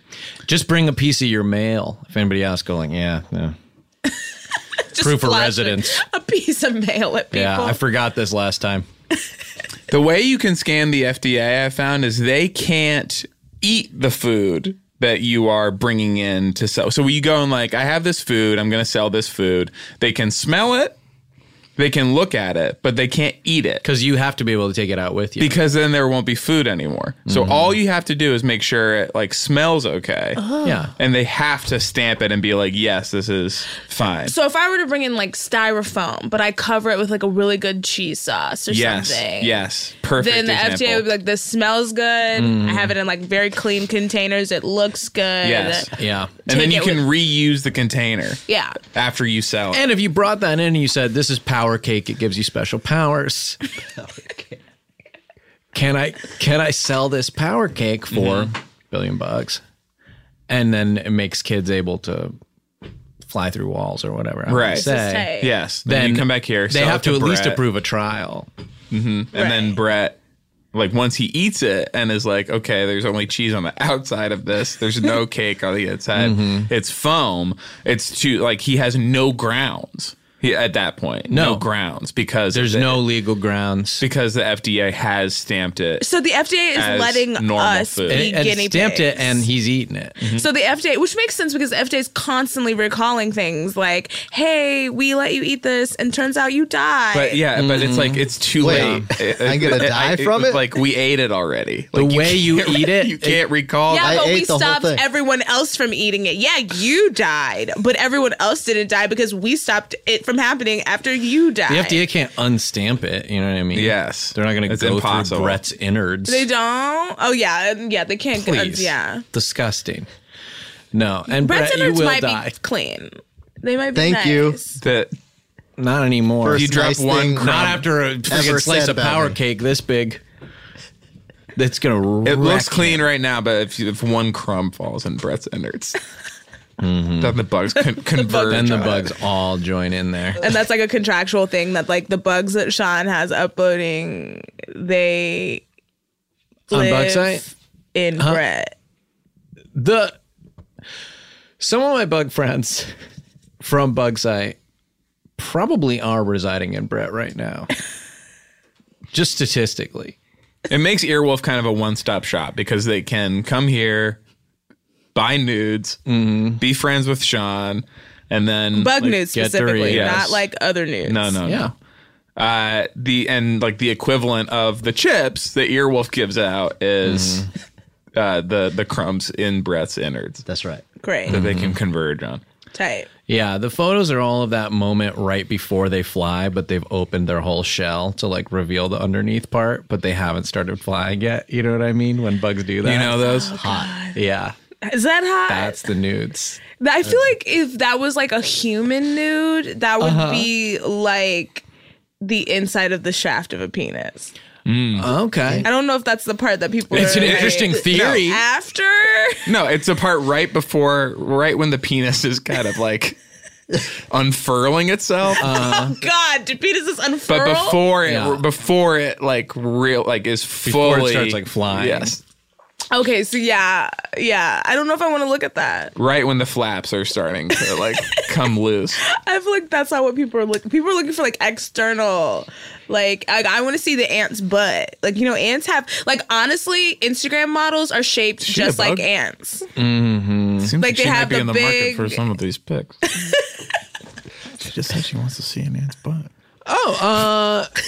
[SPEAKER 2] Just bring a piece of your mail. If anybody asks, going, yeah, yeah. proof of
[SPEAKER 4] flash it.
[SPEAKER 2] residence.
[SPEAKER 4] *laughs* A piece of mail at people.
[SPEAKER 2] Yeah, I forgot this last time.
[SPEAKER 3] The way you can scam the FDA, I found, is they can't eat the food that you are bringing in to sell. So you go and like, I have this food, I'm going to sell this food. They can smell it, they can look at it, but they can't eat it
[SPEAKER 2] because you have to be able to take it out with you.
[SPEAKER 3] Because then there won't be food anymore. So
[SPEAKER 4] Mm-hmm.
[SPEAKER 2] Mhm.
[SPEAKER 3] all you have to do is make sure it like smells okay.
[SPEAKER 4] Oh. Yeah.
[SPEAKER 3] and they have to stamp it and be like, yes, this is fine.
[SPEAKER 4] so if I were to bring in like styrofoam, but I cover it with like a really good cheese sauce or
[SPEAKER 3] yes,
[SPEAKER 4] something.
[SPEAKER 3] yes, perfect.
[SPEAKER 4] Then the
[SPEAKER 3] example.
[SPEAKER 4] FDA would be like, "This smells good.
[SPEAKER 3] Mm.
[SPEAKER 4] I have it in like very clean containers. It looks good.
[SPEAKER 3] Yes.
[SPEAKER 2] Yeah.
[SPEAKER 3] And then
[SPEAKER 4] Take
[SPEAKER 3] you
[SPEAKER 4] it
[SPEAKER 3] can reuse the container
[SPEAKER 4] Yeah.
[SPEAKER 3] after you sell it.
[SPEAKER 2] And if you brought that in and you said, "This is power cake. It gives you special
[SPEAKER 3] *laughs*
[SPEAKER 2] powers." can I can I sell this power cake for
[SPEAKER 3] Mhm.
[SPEAKER 2] billion bucks? And then it makes kids able to fly through walls or whatever. I would
[SPEAKER 3] Right.
[SPEAKER 2] Say.
[SPEAKER 3] Yes. Then, you come back here.
[SPEAKER 2] They
[SPEAKER 3] sell
[SPEAKER 2] have
[SPEAKER 3] it
[SPEAKER 2] to, at least
[SPEAKER 3] Brett.
[SPEAKER 2] approve a trial.
[SPEAKER 3] Mhm. And then Brett, like once he eats it and is like, okay, there's only cheese on the *laughs* outside of this. There's
[SPEAKER 4] *laughs*
[SPEAKER 3] no cake on the inside.
[SPEAKER 2] Mhm.
[SPEAKER 3] It's foam. It's too like he has no grounds. He, at that point, no. grounds because there's
[SPEAKER 2] no legal grounds
[SPEAKER 3] because the FDA has stamped it.
[SPEAKER 4] So the FDA is
[SPEAKER 3] as
[SPEAKER 4] letting
[SPEAKER 3] normal
[SPEAKER 4] us
[SPEAKER 3] food.
[SPEAKER 4] be guinea pigs.
[SPEAKER 2] it and he's eating it.
[SPEAKER 4] So the FDA, which makes sense because the FDA is constantly recalling things like, "Hey, we let you eat this, and turns out you died."
[SPEAKER 3] But yeah, but it's
[SPEAKER 2] Mm-hmm.
[SPEAKER 3] like it's too
[SPEAKER 4] Wait,
[SPEAKER 2] um,
[SPEAKER 3] late. *laughs* It-
[SPEAKER 6] I'm gonna die from it?
[SPEAKER 3] Like we ate it already. Like,
[SPEAKER 2] way you
[SPEAKER 3] can't-
[SPEAKER 2] eat it,
[SPEAKER 3] *laughs* you can't recall.
[SPEAKER 4] yeah,
[SPEAKER 3] that.
[SPEAKER 4] but we stopped everyone else from eating it. Yeah, you died, but everyone else didn't die because we stopped it from happening after you died.
[SPEAKER 2] The FDA can't unstamp it. You know what I mean? Yes. They're not going to
[SPEAKER 3] It's
[SPEAKER 2] go
[SPEAKER 3] impossible.
[SPEAKER 2] through Brett's innards.
[SPEAKER 4] They don't. Oh yeah, and yeah, they can't. get- uh,
[SPEAKER 2] Please.
[SPEAKER 4] yeah,
[SPEAKER 2] Disgusting. No, and
[SPEAKER 4] Brett's
[SPEAKER 2] Brett, you
[SPEAKER 4] innards
[SPEAKER 2] will
[SPEAKER 4] might
[SPEAKER 2] die.
[SPEAKER 4] be clean. They might be. nice.
[SPEAKER 3] That
[SPEAKER 2] not anymore.
[SPEAKER 3] First You drop nice one thing crumb
[SPEAKER 2] not after a
[SPEAKER 3] ever
[SPEAKER 2] freaking slice
[SPEAKER 3] said
[SPEAKER 2] of
[SPEAKER 3] about
[SPEAKER 2] power
[SPEAKER 3] me.
[SPEAKER 2] cake this big. That's gonna.
[SPEAKER 3] It looks
[SPEAKER 2] wreck
[SPEAKER 3] clean right now, but if, if one crumb falls in Brett's *laughs* innards, then Mm-hmm. *laughs* the bugs con- converge.
[SPEAKER 2] Then the
[SPEAKER 3] on it.
[SPEAKER 2] bugs all join in there.
[SPEAKER 4] And that's like a contractual thing that like the bugs that Sean has uploading, they
[SPEAKER 2] On bug
[SPEAKER 4] live
[SPEAKER 2] site?
[SPEAKER 4] in
[SPEAKER 2] Huh?
[SPEAKER 4] Brett.
[SPEAKER 2] the some of my bug friends from Bugsite probably are residing in Brett right now. *laughs* Just statistically.
[SPEAKER 3] It makes Earwolf kind of a one-stop shop because they can come here, buy nudes, be friends with Sean, and then
[SPEAKER 4] Bug
[SPEAKER 3] Mm, like,
[SPEAKER 4] nudes
[SPEAKER 3] get the re-
[SPEAKER 4] specifically, not
[SPEAKER 3] Yes.
[SPEAKER 4] like other nudes.
[SPEAKER 3] No, no, no. Uh, the and like the equivalent of the chips that Earwolf gives out is Mm-hmm. uh, the the crumbs in Brett's innards.
[SPEAKER 6] That's right.
[SPEAKER 4] Great.
[SPEAKER 3] Mm-hmm. That they can converge on.
[SPEAKER 4] Tight.
[SPEAKER 2] Yeah, the photos are all of that moment right before they fly, but they've opened their whole shell to like reveal the underneath part, but they haven't started flying yet. You know what I mean? When bugs do that,
[SPEAKER 3] You know those? Oh,
[SPEAKER 2] hot. Yeah,
[SPEAKER 4] Is that hot?
[SPEAKER 2] that's the nudes.
[SPEAKER 4] I feel like if that was like a human nude, that would
[SPEAKER 2] Uh-huh.
[SPEAKER 4] be like the inside of the shaft of a penis.
[SPEAKER 2] Okay.
[SPEAKER 4] I don't know if that's the part that people.
[SPEAKER 3] It's
[SPEAKER 4] are,
[SPEAKER 3] an
[SPEAKER 4] like,
[SPEAKER 3] interesting theory.
[SPEAKER 4] After
[SPEAKER 3] No, it's the part right before, right when the penis is kind of like *laughs* unfurling itself.
[SPEAKER 4] oh *laughs* God, do penises unfurl?
[SPEAKER 3] Uh-huh. but before it,
[SPEAKER 4] Yeah.
[SPEAKER 3] before it like real, like is fully
[SPEAKER 2] Before it starts, like, flying.
[SPEAKER 3] Yes,
[SPEAKER 4] Okay, so yeah, yeah. I don't know if I want to look at that.
[SPEAKER 3] right when the flaps are starting to *laughs* like come loose.
[SPEAKER 4] I feel like that's not what people are looking. People are looking for like external, like I, I want to see the ant's butt. Like you know, ants have like honestly, Instagram models are shaped
[SPEAKER 3] She a
[SPEAKER 4] just like
[SPEAKER 3] bug?
[SPEAKER 4] ants.
[SPEAKER 3] Mm-hmm. Seems like,
[SPEAKER 4] Like,
[SPEAKER 3] she
[SPEAKER 4] they
[SPEAKER 3] might
[SPEAKER 4] have
[SPEAKER 3] be
[SPEAKER 4] the
[SPEAKER 3] in the
[SPEAKER 4] big-
[SPEAKER 3] market for some of these
[SPEAKER 4] *laughs*
[SPEAKER 3] pics. she just said she wants to see an ant's butt.
[SPEAKER 2] Oh, uh,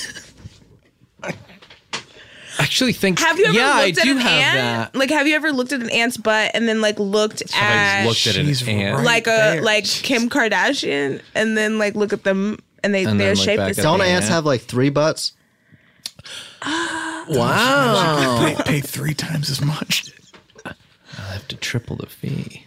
[SPEAKER 2] I actually think.
[SPEAKER 4] Have you ever
[SPEAKER 2] yeah,
[SPEAKER 4] looked
[SPEAKER 2] I
[SPEAKER 4] at
[SPEAKER 2] do
[SPEAKER 4] an
[SPEAKER 2] have
[SPEAKER 4] ant?
[SPEAKER 2] that.
[SPEAKER 4] Like, have you ever looked at an ant's butt and then like looked at
[SPEAKER 2] I just looked at
[SPEAKER 3] She's
[SPEAKER 2] an ant.
[SPEAKER 4] like a like Kim Kardashian and then like look at them and they
[SPEAKER 2] And
[SPEAKER 4] they're
[SPEAKER 2] then look
[SPEAKER 4] shaped
[SPEAKER 2] back
[SPEAKER 4] the
[SPEAKER 2] at
[SPEAKER 4] same.
[SPEAKER 6] Don't ants have like three butts?
[SPEAKER 2] Wow.
[SPEAKER 3] Pay, pay three times as much. *laughs*
[SPEAKER 2] I have to triple the fee.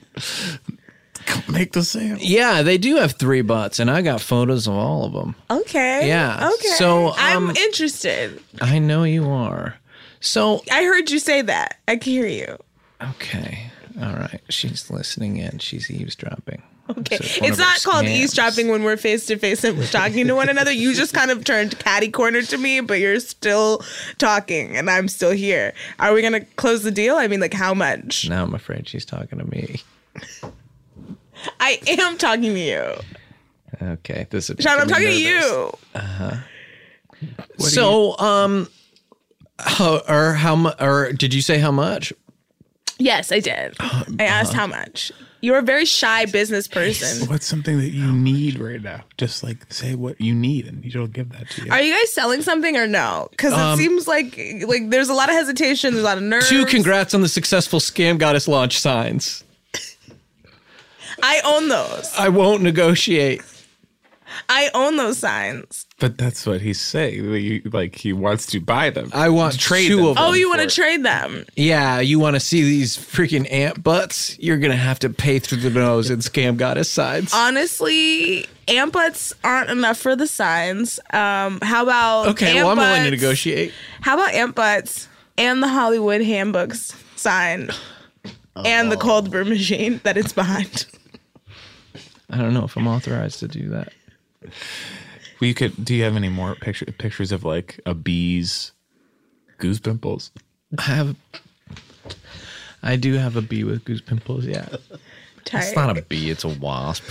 [SPEAKER 3] Make the sale.
[SPEAKER 2] Yeah, they do have three butts, and I got photos of all of them.
[SPEAKER 4] Okay.
[SPEAKER 2] Yeah,
[SPEAKER 4] Okay.
[SPEAKER 2] so, um,
[SPEAKER 4] I'm interested.
[SPEAKER 2] I know you are. So
[SPEAKER 4] I heard you say that. I can hear you.
[SPEAKER 2] okay, all right. She's listening in. She's eavesdropping.
[SPEAKER 4] Okay.
[SPEAKER 2] So one
[SPEAKER 4] it's
[SPEAKER 2] of our
[SPEAKER 4] not called
[SPEAKER 2] scams.
[SPEAKER 4] eavesdropping when we're face to face and we're talking to one another. You just kind of turned catty corner to me, but you're still talking and I'm still here. Are we going to close the deal? I mean, like, how much?
[SPEAKER 2] Now I'm afraid she's talking to me.
[SPEAKER 4] I am talking to you.
[SPEAKER 2] Okay, this is.
[SPEAKER 4] Sean, I'm talking to you.
[SPEAKER 2] Uh huh. So, um, how, or how much? Or did you say how much?
[SPEAKER 4] Yes,
[SPEAKER 2] *gasps*
[SPEAKER 4] I did. I asked how much. You're a very shy
[SPEAKER 3] *laughs*
[SPEAKER 4] business person.
[SPEAKER 13] What's something that you need right now? Just like say what you need, and it'll give that to you.
[SPEAKER 4] Are you guys selling something or no? Because
[SPEAKER 2] Um,
[SPEAKER 4] it seems like like there's a lot of hesitation. There's a lot of nerves.
[SPEAKER 2] Two congrats on the successful scam goddess launch signs.
[SPEAKER 4] I own those.
[SPEAKER 2] I won't negotiate.
[SPEAKER 4] I own those signs.
[SPEAKER 3] But that's what he's saying. that you- Like he wants to buy them.
[SPEAKER 2] I want
[SPEAKER 3] trade
[SPEAKER 2] two
[SPEAKER 3] them.
[SPEAKER 2] of them.
[SPEAKER 4] Oh, you want to trade them?
[SPEAKER 2] Yeah, you want to see these freaking ant butts? You're gonna have to pay through the nose and scam goddess
[SPEAKER 4] Uh,
[SPEAKER 2] sides.
[SPEAKER 4] Honestly, amp butts aren't enough for the signs. Um, how about
[SPEAKER 2] Okay,
[SPEAKER 4] amp
[SPEAKER 2] well I'm willing to
[SPEAKER 4] butts-
[SPEAKER 2] negotiate.
[SPEAKER 4] How about amp butts and the Hollywood handbooks sign
[SPEAKER 2] Oh.
[SPEAKER 4] and the cold brew machine that it's behind? *laughs*
[SPEAKER 2] I don't know if I'm authorized to do that.
[SPEAKER 3] We could. Do you have any more picture, pictures of like a bee's goose pimples?
[SPEAKER 2] I have, I do have a bee with goose pimples. Yeah,
[SPEAKER 4] Tight.
[SPEAKER 2] it's not a bee; it's a wasp.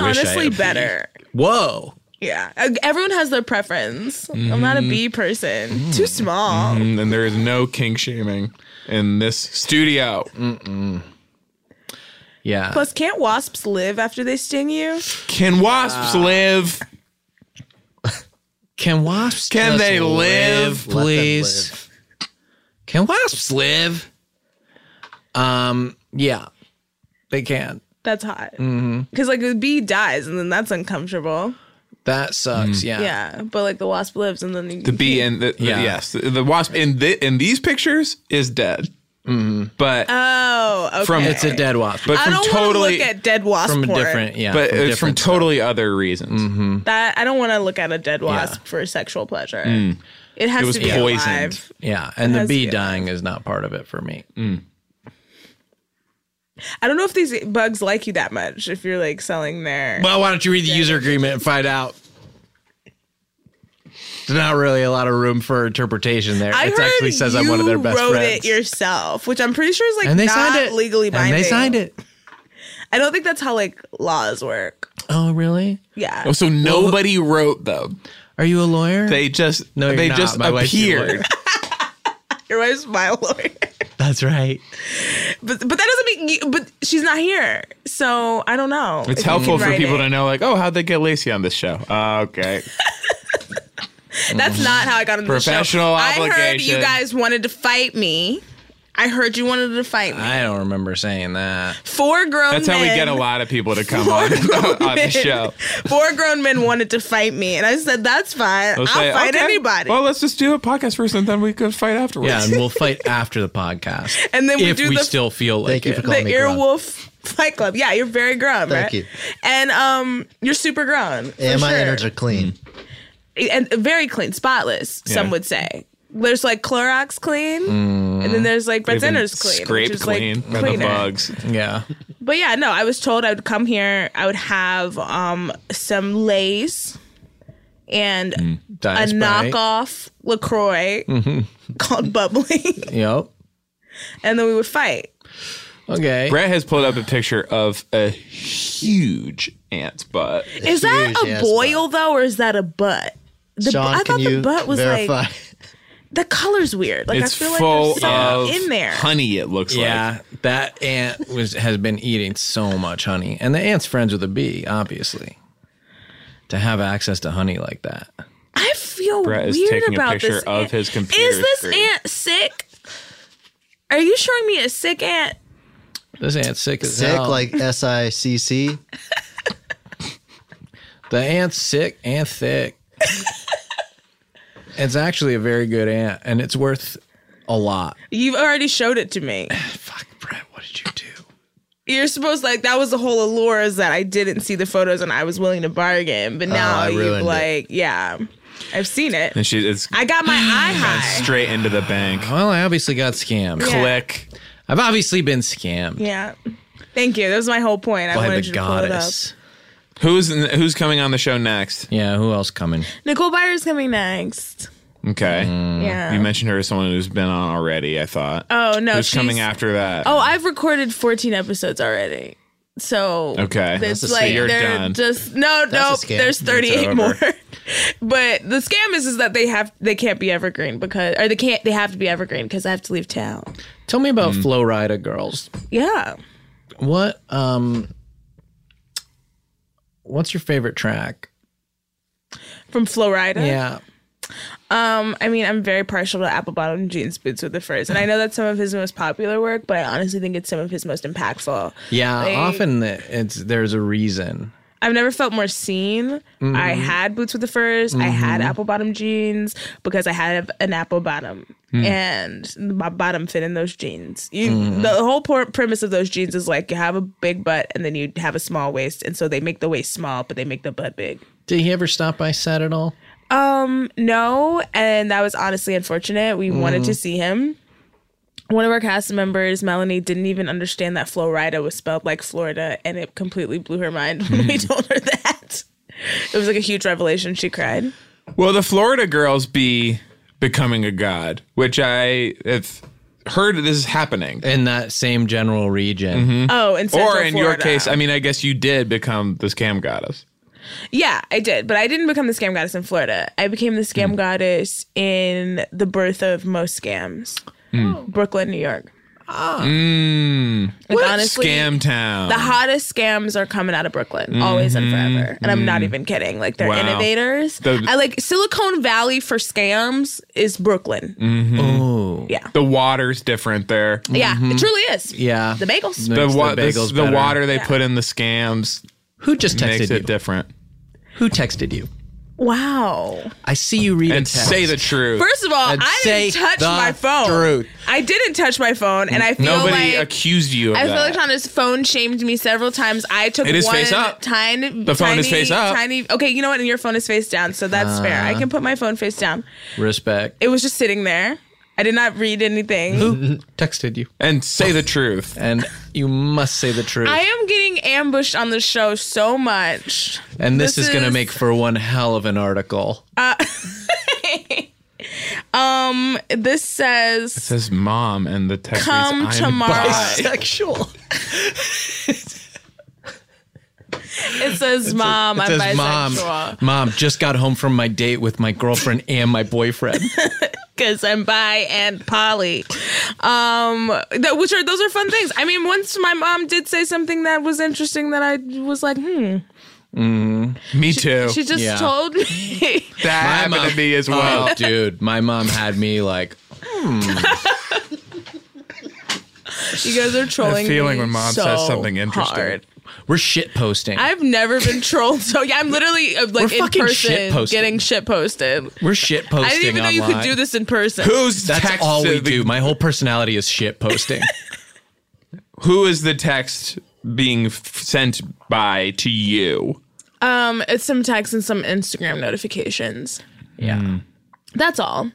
[SPEAKER 2] Wish I had
[SPEAKER 4] honestly
[SPEAKER 2] a bee.
[SPEAKER 4] better.
[SPEAKER 2] Whoa.
[SPEAKER 4] Yeah, Uh, everyone has their preference. I'm not a
[SPEAKER 2] Mm.
[SPEAKER 3] Mhm.
[SPEAKER 4] bee person. Too small.
[SPEAKER 2] Mm-hmm.
[SPEAKER 3] Mhm, and there is no kink shaming in this studio.
[SPEAKER 2] Yeah.
[SPEAKER 4] Plus, can't wasps live after they sting you?
[SPEAKER 3] Can wasps
[SPEAKER 2] Ah.
[SPEAKER 3] live?
[SPEAKER 2] Can wasps?
[SPEAKER 3] Can
[SPEAKER 2] just
[SPEAKER 3] they
[SPEAKER 2] live,
[SPEAKER 3] live?
[SPEAKER 2] please? Can wasps live? Um. Yeah, they can.
[SPEAKER 4] That's hot.
[SPEAKER 2] hmm
[SPEAKER 4] Because like the bee dies and then that's uncomfortable.
[SPEAKER 2] That sucks.
[SPEAKER 3] Mm.
[SPEAKER 2] Yeah.
[SPEAKER 4] Yeah, but like the wasp lives and then you,
[SPEAKER 2] *laughs*
[SPEAKER 3] The bee and the, the-
[SPEAKER 2] Yeah.
[SPEAKER 3] yes, the, the wasp in the, in these pictures is dead.
[SPEAKER 2] Mm-hmm.
[SPEAKER 3] But
[SPEAKER 4] oh, okay.
[SPEAKER 3] from
[SPEAKER 2] It's a dead wasp.
[SPEAKER 3] But
[SPEAKER 4] I
[SPEAKER 3] from
[SPEAKER 4] don't
[SPEAKER 3] totally
[SPEAKER 4] want to look at dead wasp porn.
[SPEAKER 3] But it's from totally other reasons.
[SPEAKER 2] Mm-hmm.
[SPEAKER 4] that I don't want to look at a dead wasp for sexual pleasure.
[SPEAKER 2] Mm.
[SPEAKER 4] It has
[SPEAKER 2] It was
[SPEAKER 4] to be
[SPEAKER 2] poisoned.
[SPEAKER 4] alive.
[SPEAKER 2] Yeah, and
[SPEAKER 4] It
[SPEAKER 2] the
[SPEAKER 4] has to
[SPEAKER 2] bee
[SPEAKER 4] be
[SPEAKER 2] dying is not part of it for me.
[SPEAKER 3] Mm.
[SPEAKER 4] I don't know if these bugs like you that much if you're like selling their.
[SPEAKER 2] Well, why don't you read the user agreement and find out? There's not really a lot of room for interpretation there.
[SPEAKER 4] I
[SPEAKER 2] it
[SPEAKER 4] heard
[SPEAKER 2] actually says I'm one of
[SPEAKER 4] you
[SPEAKER 2] their best
[SPEAKER 4] wrote
[SPEAKER 2] friends.
[SPEAKER 4] it yourself, which I'm pretty sure is like
[SPEAKER 2] And they
[SPEAKER 4] not
[SPEAKER 2] signed it.
[SPEAKER 4] legally
[SPEAKER 2] And they
[SPEAKER 4] binding.
[SPEAKER 2] signed it.
[SPEAKER 4] I don't think that's how like laws work.
[SPEAKER 2] oh, really?
[SPEAKER 4] Yeah.
[SPEAKER 3] Oh, so nobody wrote them.
[SPEAKER 2] Are you a lawyer?
[SPEAKER 3] They just
[SPEAKER 2] No, you're
[SPEAKER 3] they
[SPEAKER 2] not.
[SPEAKER 3] just
[SPEAKER 2] My wife's your
[SPEAKER 3] appeared.
[SPEAKER 4] Your wife's my *laughs* lawyer.
[SPEAKER 2] *laughs* That's right.
[SPEAKER 4] But but that doesn't mean. You, but she's not here, so I don't know.
[SPEAKER 3] It's helpful for people
[SPEAKER 4] to
[SPEAKER 3] to know, like, oh, how'd they get Lacey on this show? *laughs* Uh, okay.
[SPEAKER 4] That's not how I got into the show.
[SPEAKER 3] Professional
[SPEAKER 4] I heard you
[SPEAKER 3] obligation.
[SPEAKER 4] guys wanted to fight me. I heard you wanted to fight me.
[SPEAKER 2] I don't remember saying that.
[SPEAKER 4] Four grown
[SPEAKER 3] That's how we
[SPEAKER 4] men-
[SPEAKER 3] get a
[SPEAKER 4] *laughs*
[SPEAKER 3] lot of people to come on, *laughs* on the show.
[SPEAKER 4] Four grown men wanted to fight me, and I said, "That's fine. I'll,
[SPEAKER 3] They'll say,
[SPEAKER 4] fight
[SPEAKER 3] "Okay,
[SPEAKER 4] anybody."
[SPEAKER 3] Well, let's just do a podcast first, and then we could fight afterwards.
[SPEAKER 2] *laughs* Yeah, and we'll fight after the podcast.
[SPEAKER 4] *laughs* And then we
[SPEAKER 2] if
[SPEAKER 4] do
[SPEAKER 2] we
[SPEAKER 4] the-
[SPEAKER 2] still feel like it.
[SPEAKER 4] the Earwolf Fight Club. Yeah, you're very grown,
[SPEAKER 6] Thank
[SPEAKER 4] right?
[SPEAKER 6] you.
[SPEAKER 4] And um, you're super grown. for
[SPEAKER 6] And my
[SPEAKER 4] sure.
[SPEAKER 6] innards are
[SPEAKER 3] Mm.
[SPEAKER 6] clean.
[SPEAKER 4] and very clean, spotless. Some
[SPEAKER 6] Yeah.
[SPEAKER 4] would say. There's like Clorox clean, and then there's like Brett's
[SPEAKER 3] Mm. They've been
[SPEAKER 4] innards clean, which
[SPEAKER 3] Scraped
[SPEAKER 4] is, like,
[SPEAKER 3] clean by the
[SPEAKER 4] cleaner.
[SPEAKER 3] bugs.
[SPEAKER 2] Yeah.
[SPEAKER 4] But yeah, no, I was told I would come here. I would have um, some Lay's and
[SPEAKER 2] Mm, Diet
[SPEAKER 4] a
[SPEAKER 2] Sprite.
[SPEAKER 4] knockoff Lacroix
[SPEAKER 2] Mm-hmm.
[SPEAKER 4] called Bubbly, *laughs*
[SPEAKER 2] Yep.
[SPEAKER 4] and then we would fight.
[SPEAKER 2] Okay.
[SPEAKER 3] Brett has pulled up a picture of a huge ant's butt.
[SPEAKER 4] Is that a boil though, or is that a butt? The,
[SPEAKER 3] Sean,
[SPEAKER 4] I
[SPEAKER 3] can
[SPEAKER 4] thought the
[SPEAKER 3] you
[SPEAKER 4] butt was
[SPEAKER 3] verify?
[SPEAKER 6] *laughs*
[SPEAKER 4] like the color's weird. Like
[SPEAKER 3] it's
[SPEAKER 4] I feel like
[SPEAKER 3] full
[SPEAKER 4] there's something
[SPEAKER 3] of
[SPEAKER 4] in there.
[SPEAKER 3] honey. It looks
[SPEAKER 2] Yeah, that ant was has been eating so much honey, and the ant's friends with a bee, obviously. To have access to honey like that,
[SPEAKER 4] I feel
[SPEAKER 2] Brett is
[SPEAKER 4] weird
[SPEAKER 2] taking a
[SPEAKER 4] about
[SPEAKER 2] picture
[SPEAKER 4] this.
[SPEAKER 2] of
[SPEAKER 4] ant.
[SPEAKER 2] his computer
[SPEAKER 4] Is this
[SPEAKER 2] screen.
[SPEAKER 4] ant sick? Are you showing me a sick ant?
[SPEAKER 2] this ant's sick as
[SPEAKER 6] Sick,
[SPEAKER 2] hell.
[SPEAKER 6] like S I C C.
[SPEAKER 2] the ant's sick and
[SPEAKER 4] *laughs*
[SPEAKER 2] thick. it's actually a very good ant, and it's worth a lot.
[SPEAKER 4] You've already showed it to me. Fuck, Brett, what did you do? You're supposed like that was the whole allure is that I didn't see the photos and I was willing to bargain, but
[SPEAKER 3] Oh,
[SPEAKER 4] now
[SPEAKER 3] I
[SPEAKER 4] you've
[SPEAKER 3] ruined it.
[SPEAKER 4] like yeah, I've seen it.
[SPEAKER 3] And she it's *gasps*
[SPEAKER 4] I got my eye high.
[SPEAKER 3] straight into the bank.
[SPEAKER 2] Well, I obviously got scammed.
[SPEAKER 4] Yeah.
[SPEAKER 3] Click.
[SPEAKER 2] I've obviously been scammed.
[SPEAKER 4] Yeah, thank you. That was my whole point. I
[SPEAKER 2] By the
[SPEAKER 4] wanted you to pull it up.
[SPEAKER 2] goddess.
[SPEAKER 3] Who's who's coming on the show next?
[SPEAKER 2] Yeah, who else coming?
[SPEAKER 4] Nicole Byers coming next.
[SPEAKER 3] Okay.
[SPEAKER 4] Yeah.
[SPEAKER 3] Mm. You mentioned her as someone who's been on already, I thought.
[SPEAKER 4] Oh, no,
[SPEAKER 3] Who's coming
[SPEAKER 4] she's-
[SPEAKER 3] after that?
[SPEAKER 4] Oh, I've recorded 14 episodes already. So
[SPEAKER 3] Okay.
[SPEAKER 4] it's
[SPEAKER 3] That's a
[SPEAKER 4] like
[SPEAKER 3] scam. You're
[SPEAKER 4] they're
[SPEAKER 3] done.
[SPEAKER 4] just no, no.
[SPEAKER 3] That's a scam.
[SPEAKER 4] There's
[SPEAKER 3] It's
[SPEAKER 4] 38
[SPEAKER 3] over.
[SPEAKER 4] more. *laughs* but the scam is is that they have they can't be evergreen because or they can't they have to be evergreen because I have to leave town.
[SPEAKER 2] Tell me about
[SPEAKER 3] Mm.
[SPEAKER 2] Flow Rida girls.
[SPEAKER 4] Yeah,
[SPEAKER 2] What um what's your favorite track?
[SPEAKER 4] from Florida.
[SPEAKER 2] Yeah.
[SPEAKER 4] Um, I mean, I'm very partial to Apple Bottom Jeans Boots with the Furs, and I know that's some of his most popular work, but I honestly think it's some of his most impactful.
[SPEAKER 2] Yeah,
[SPEAKER 4] Like-
[SPEAKER 2] often it's there's a reason.
[SPEAKER 4] I've never felt more seen.
[SPEAKER 2] Mhm.
[SPEAKER 4] I had boots with the furs. I had
[SPEAKER 2] Mhm.
[SPEAKER 4] apple bottom jeans because I have an apple bottom,
[SPEAKER 2] Mm.
[SPEAKER 4] and my bottom fit in those jeans. You,
[SPEAKER 2] Mhm.
[SPEAKER 4] the whole por- premise of those jeans is like you have a big butt and then you have a small waist, and so they make the waist small, but they make the butt big.
[SPEAKER 2] Did he ever stop by set at all?
[SPEAKER 4] Um, no, and that was honestly unfortunate.
[SPEAKER 3] Mm-hmm.
[SPEAKER 4] We wanted
[SPEAKER 2] Mm.
[SPEAKER 4] to see him. One of our cast members, Melanie, didn't even understand that Florida was spelled like Florida, and it completely blew her mind
[SPEAKER 3] *laughs*
[SPEAKER 4] when we told her that. It was like a huge revelation. She cried.
[SPEAKER 3] Will the Florida girls be becoming a god? Which I have heard this is happening.
[SPEAKER 2] In that same general region.
[SPEAKER 3] Mm-hmm.
[SPEAKER 4] Oh, in Central
[SPEAKER 3] Or in your
[SPEAKER 4] Florida.
[SPEAKER 3] case, I mean, I guess you did become the scam goddess.
[SPEAKER 4] Yeah, I did, but I didn't become the scam goddess in Florida. I became the
[SPEAKER 3] Mm.
[SPEAKER 4] scam goddess in the birth of most scams, Brooklyn, New York.
[SPEAKER 3] Mm.
[SPEAKER 4] Like, What? honestly,
[SPEAKER 3] scam town.
[SPEAKER 4] the hottest scams are coming out of Brooklyn, always and
[SPEAKER 3] Mhm.
[SPEAKER 4] forever. And I'm not
[SPEAKER 3] Mhm.
[SPEAKER 4] even kidding. Like they're
[SPEAKER 3] Wow.
[SPEAKER 4] innovators.
[SPEAKER 3] The-
[SPEAKER 4] I like Silicon Valley for scams is Brooklyn.
[SPEAKER 3] Mm-hmm.
[SPEAKER 2] Oh.
[SPEAKER 4] Yeah.
[SPEAKER 3] The water's different there.
[SPEAKER 4] Yeah, it truly is.
[SPEAKER 2] Yeah.
[SPEAKER 4] The bagels.
[SPEAKER 3] Mm-hmm. The, wa- the,
[SPEAKER 2] bagels
[SPEAKER 3] the
[SPEAKER 2] better.
[SPEAKER 3] water they
[SPEAKER 4] Yeah.
[SPEAKER 3] put in the scams.
[SPEAKER 2] Who just texted
[SPEAKER 3] makes
[SPEAKER 2] you?
[SPEAKER 3] it different?
[SPEAKER 2] Who texted you?
[SPEAKER 4] Wow.
[SPEAKER 2] I see you read a
[SPEAKER 3] And
[SPEAKER 2] text.
[SPEAKER 3] say the truth.
[SPEAKER 4] First of all,
[SPEAKER 2] And
[SPEAKER 4] I
[SPEAKER 2] say
[SPEAKER 4] didn't touch
[SPEAKER 2] the
[SPEAKER 4] my phone.
[SPEAKER 2] truth.
[SPEAKER 4] I didn't touch my phone, and I feel
[SPEAKER 3] Nobody
[SPEAKER 4] like
[SPEAKER 3] accused you of
[SPEAKER 4] I feel
[SPEAKER 3] that.
[SPEAKER 4] like Shauna's phone shamed me several times. I took
[SPEAKER 3] It is
[SPEAKER 4] one
[SPEAKER 3] face up.
[SPEAKER 4] tiny,
[SPEAKER 3] The phone is
[SPEAKER 4] tiny-
[SPEAKER 3] face up. Ah.
[SPEAKER 4] Tiny. Okay, you know what? And your phone is face down, so that's fair. I
[SPEAKER 2] Uh.
[SPEAKER 4] can put my phone face down.
[SPEAKER 2] Respect.
[SPEAKER 3] *laughs*
[SPEAKER 4] It was just sitting there. I did not read anything.
[SPEAKER 2] Who texted you?
[SPEAKER 3] And say the truth.
[SPEAKER 2] And you must say the truth.
[SPEAKER 4] I am getting ambushed on the show so much.
[SPEAKER 2] and this,
[SPEAKER 4] this
[SPEAKER 2] is going to
[SPEAKER 4] is-
[SPEAKER 2] make for one hell of an
[SPEAKER 4] *laughs*
[SPEAKER 2] article.
[SPEAKER 4] Uh, um, this says
[SPEAKER 3] It says mom and the text
[SPEAKER 4] Come
[SPEAKER 3] reads, "I'm
[SPEAKER 4] tomorrow."
[SPEAKER 3] bi."
[SPEAKER 2] Bisexual.
[SPEAKER 4] *laughs* it says mom.
[SPEAKER 2] it
[SPEAKER 4] I'm
[SPEAKER 2] says,
[SPEAKER 4] bisexual
[SPEAKER 2] Mom, Mom, just got home from my date with my girlfriend and my
[SPEAKER 4] *laughs*
[SPEAKER 2] boyfriend.
[SPEAKER 4] because I'm bi and poly. Um, that, which are those are fun things. I mean, once my mom did say something that was interesting that I was like, hmm.
[SPEAKER 3] Me too.
[SPEAKER 4] She just told me.
[SPEAKER 3] That happened to me as well.
[SPEAKER 2] dude, my mom had me like, hmm. worst.
[SPEAKER 4] You guys are trolling.
[SPEAKER 13] That feeling when mom
[SPEAKER 4] so
[SPEAKER 13] says something interesting.
[SPEAKER 4] hard.
[SPEAKER 2] We're shit posting.
[SPEAKER 4] I've never
[SPEAKER 2] *laughs*
[SPEAKER 4] been trolled so. Yeah, I'm literally uh, like
[SPEAKER 2] We're
[SPEAKER 4] in
[SPEAKER 2] fucking
[SPEAKER 4] person
[SPEAKER 2] shit-posted.
[SPEAKER 4] getting shit posted.
[SPEAKER 2] We're shit posting.
[SPEAKER 4] I didn't even know you could do this in person.
[SPEAKER 2] That's
[SPEAKER 3] text
[SPEAKER 2] all we
[SPEAKER 3] to the-
[SPEAKER 2] do. My whole personality is shit
[SPEAKER 4] *laughs*
[SPEAKER 2] posting.
[SPEAKER 3] Who is the text being f- sent by to you?
[SPEAKER 4] Um, it's some texts and some Instagram notifications.
[SPEAKER 3] Yeah.
[SPEAKER 2] Hmm.
[SPEAKER 4] That's all.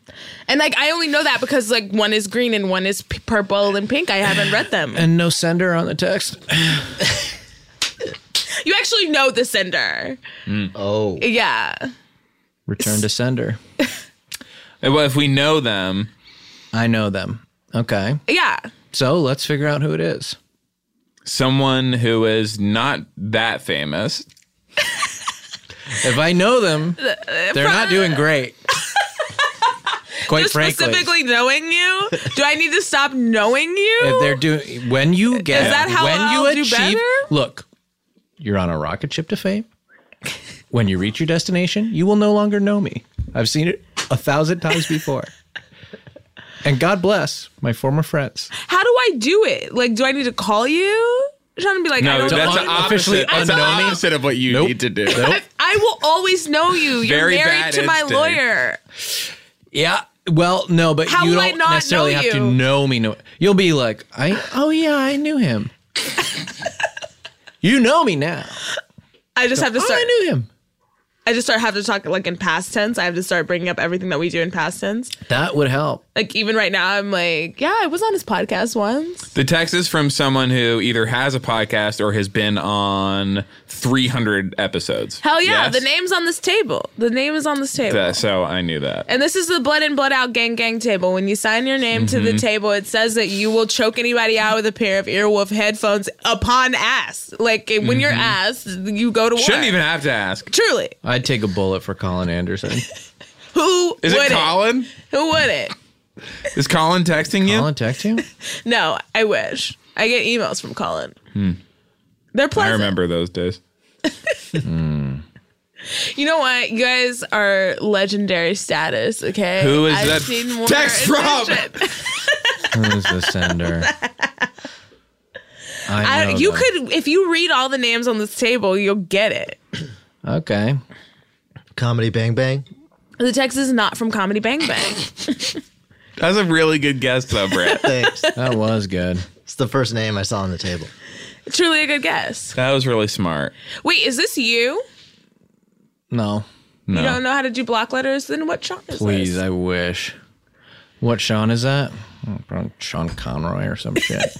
[SPEAKER 4] And like I only know that because like one is green and one is p- purple and pink. I haven't read them.
[SPEAKER 2] *laughs* and no sender on the text.
[SPEAKER 4] You actually know the sender.
[SPEAKER 2] Oh.
[SPEAKER 4] Yeah.
[SPEAKER 2] Return to sender.
[SPEAKER 3] well, if we know them,
[SPEAKER 2] I know them. Okay.
[SPEAKER 4] Yeah.
[SPEAKER 2] So let's figure out who it is.
[SPEAKER 3] Someone who is not that famous.
[SPEAKER 2] if I know them,
[SPEAKER 4] uh,
[SPEAKER 2] they're not doing
[SPEAKER 4] *laughs*
[SPEAKER 2] great. Quite
[SPEAKER 4] Just
[SPEAKER 2] frankly,
[SPEAKER 4] specifically
[SPEAKER 2] *laughs*
[SPEAKER 4] knowing you. Do I need to stop knowing you?
[SPEAKER 2] if they're doing when you get
[SPEAKER 4] that how
[SPEAKER 2] when
[SPEAKER 4] I'll
[SPEAKER 2] you
[SPEAKER 4] do
[SPEAKER 2] achieve
[SPEAKER 4] better?
[SPEAKER 2] look, you're on a rocket ship to fame. When you reach your destination, you will no longer know me. I've seen it a thousand times *laughs* before. and God bless my former friends.
[SPEAKER 4] How do I do it? Like, do I need to call you? I'm trying to be like, I
[SPEAKER 13] no,
[SPEAKER 4] don't
[SPEAKER 13] that's
[SPEAKER 4] know
[SPEAKER 13] the
[SPEAKER 4] you.
[SPEAKER 13] opposite. That's the opposite of what you need to do.
[SPEAKER 4] I, I will always know you. You're
[SPEAKER 2] Very
[SPEAKER 4] married
[SPEAKER 2] bad
[SPEAKER 4] to my
[SPEAKER 2] instinct.
[SPEAKER 4] lawyer.
[SPEAKER 2] Yeah. Well, no, but
[SPEAKER 4] How
[SPEAKER 2] you
[SPEAKER 4] will I
[SPEAKER 2] don't
[SPEAKER 4] not
[SPEAKER 2] necessarily
[SPEAKER 4] know
[SPEAKER 2] have to
[SPEAKER 4] you?
[SPEAKER 2] know me. No, you'll be like, I. Oh yeah, I knew *laughs* him. you know me now.
[SPEAKER 4] I just
[SPEAKER 2] So,
[SPEAKER 4] have to
[SPEAKER 2] "Oh,
[SPEAKER 4] start.
[SPEAKER 2] I knew him.
[SPEAKER 4] I just start have to talk like in past tense. I have to start bringing up everything that we do in past tense.
[SPEAKER 2] That would help.
[SPEAKER 4] Like even right now, I'm like, yeah, I was on his podcast once.
[SPEAKER 3] *laughs* The text is from someone who either has a podcast or has been on 300 episodes.
[SPEAKER 4] Hell yeah,
[SPEAKER 3] Yes?
[SPEAKER 4] the name's on this table. The name is on this table.
[SPEAKER 3] That- so I knew that.
[SPEAKER 4] And this is the blood in, blood out gang gang table. When you sign your name to the
[SPEAKER 3] Mhm.
[SPEAKER 4] table, it says that you will choke anybody out with a pair of earwolf headphones upon ass. Like when you're
[SPEAKER 2] Mhm.
[SPEAKER 4] asked, you go to war.
[SPEAKER 3] Shouldn't even have to ask.
[SPEAKER 4] Truly.
[SPEAKER 2] I'd take a bullet for Colin *laughs* Anderson.
[SPEAKER 4] Who
[SPEAKER 3] Is it
[SPEAKER 4] wouldn't?
[SPEAKER 3] Colin?
[SPEAKER 4] Who wouldn't?
[SPEAKER 3] Is Colin texting you? Colin
[SPEAKER 2] text you?
[SPEAKER 4] No, I wish. I get emails from Colin.
[SPEAKER 3] Hmm.
[SPEAKER 4] They're pleasant.
[SPEAKER 3] I remember those days.
[SPEAKER 4] You know what? You guys are legendary status, okay?
[SPEAKER 3] Who is
[SPEAKER 4] I've
[SPEAKER 3] that
[SPEAKER 4] seen more
[SPEAKER 3] text from?
[SPEAKER 4] attention.
[SPEAKER 2] Who's the sender? I
[SPEAKER 4] I,
[SPEAKER 2] know
[SPEAKER 4] you
[SPEAKER 2] them.
[SPEAKER 4] could, if you read all the names on this table, you'll get it.
[SPEAKER 2] Okay.
[SPEAKER 6] Comedy
[SPEAKER 4] *laughs*
[SPEAKER 6] Bang Bang.
[SPEAKER 4] The text is not from Comedy Bang
[SPEAKER 3] *coughs*
[SPEAKER 4] Bang.
[SPEAKER 3] That was a really good guess, though, *laughs* Brett.
[SPEAKER 6] Thanks.
[SPEAKER 2] That was good.
[SPEAKER 6] It's the first name I saw on the table.
[SPEAKER 4] Truly a good guess.
[SPEAKER 3] That was really smart.
[SPEAKER 4] Wait, is this you?
[SPEAKER 2] No.
[SPEAKER 4] You don't know how to do block letters? Then what genre is
[SPEAKER 2] Please, I wish. What Sean is that? Oh, probably Sean Conroy or some shit.
[SPEAKER 4] that?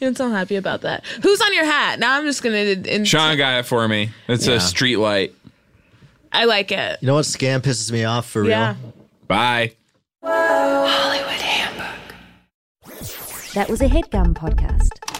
[SPEAKER 4] You don't sound happy about that. Who's on your hat? Now I'm just going to. In-
[SPEAKER 3] Sean got it for me. It's
[SPEAKER 6] Yeah.
[SPEAKER 3] a street light.
[SPEAKER 4] I like it.
[SPEAKER 6] You know what scam pisses me off for
[SPEAKER 4] Yeah.
[SPEAKER 6] real?
[SPEAKER 3] Bye.
[SPEAKER 14] That was a headgum podcast.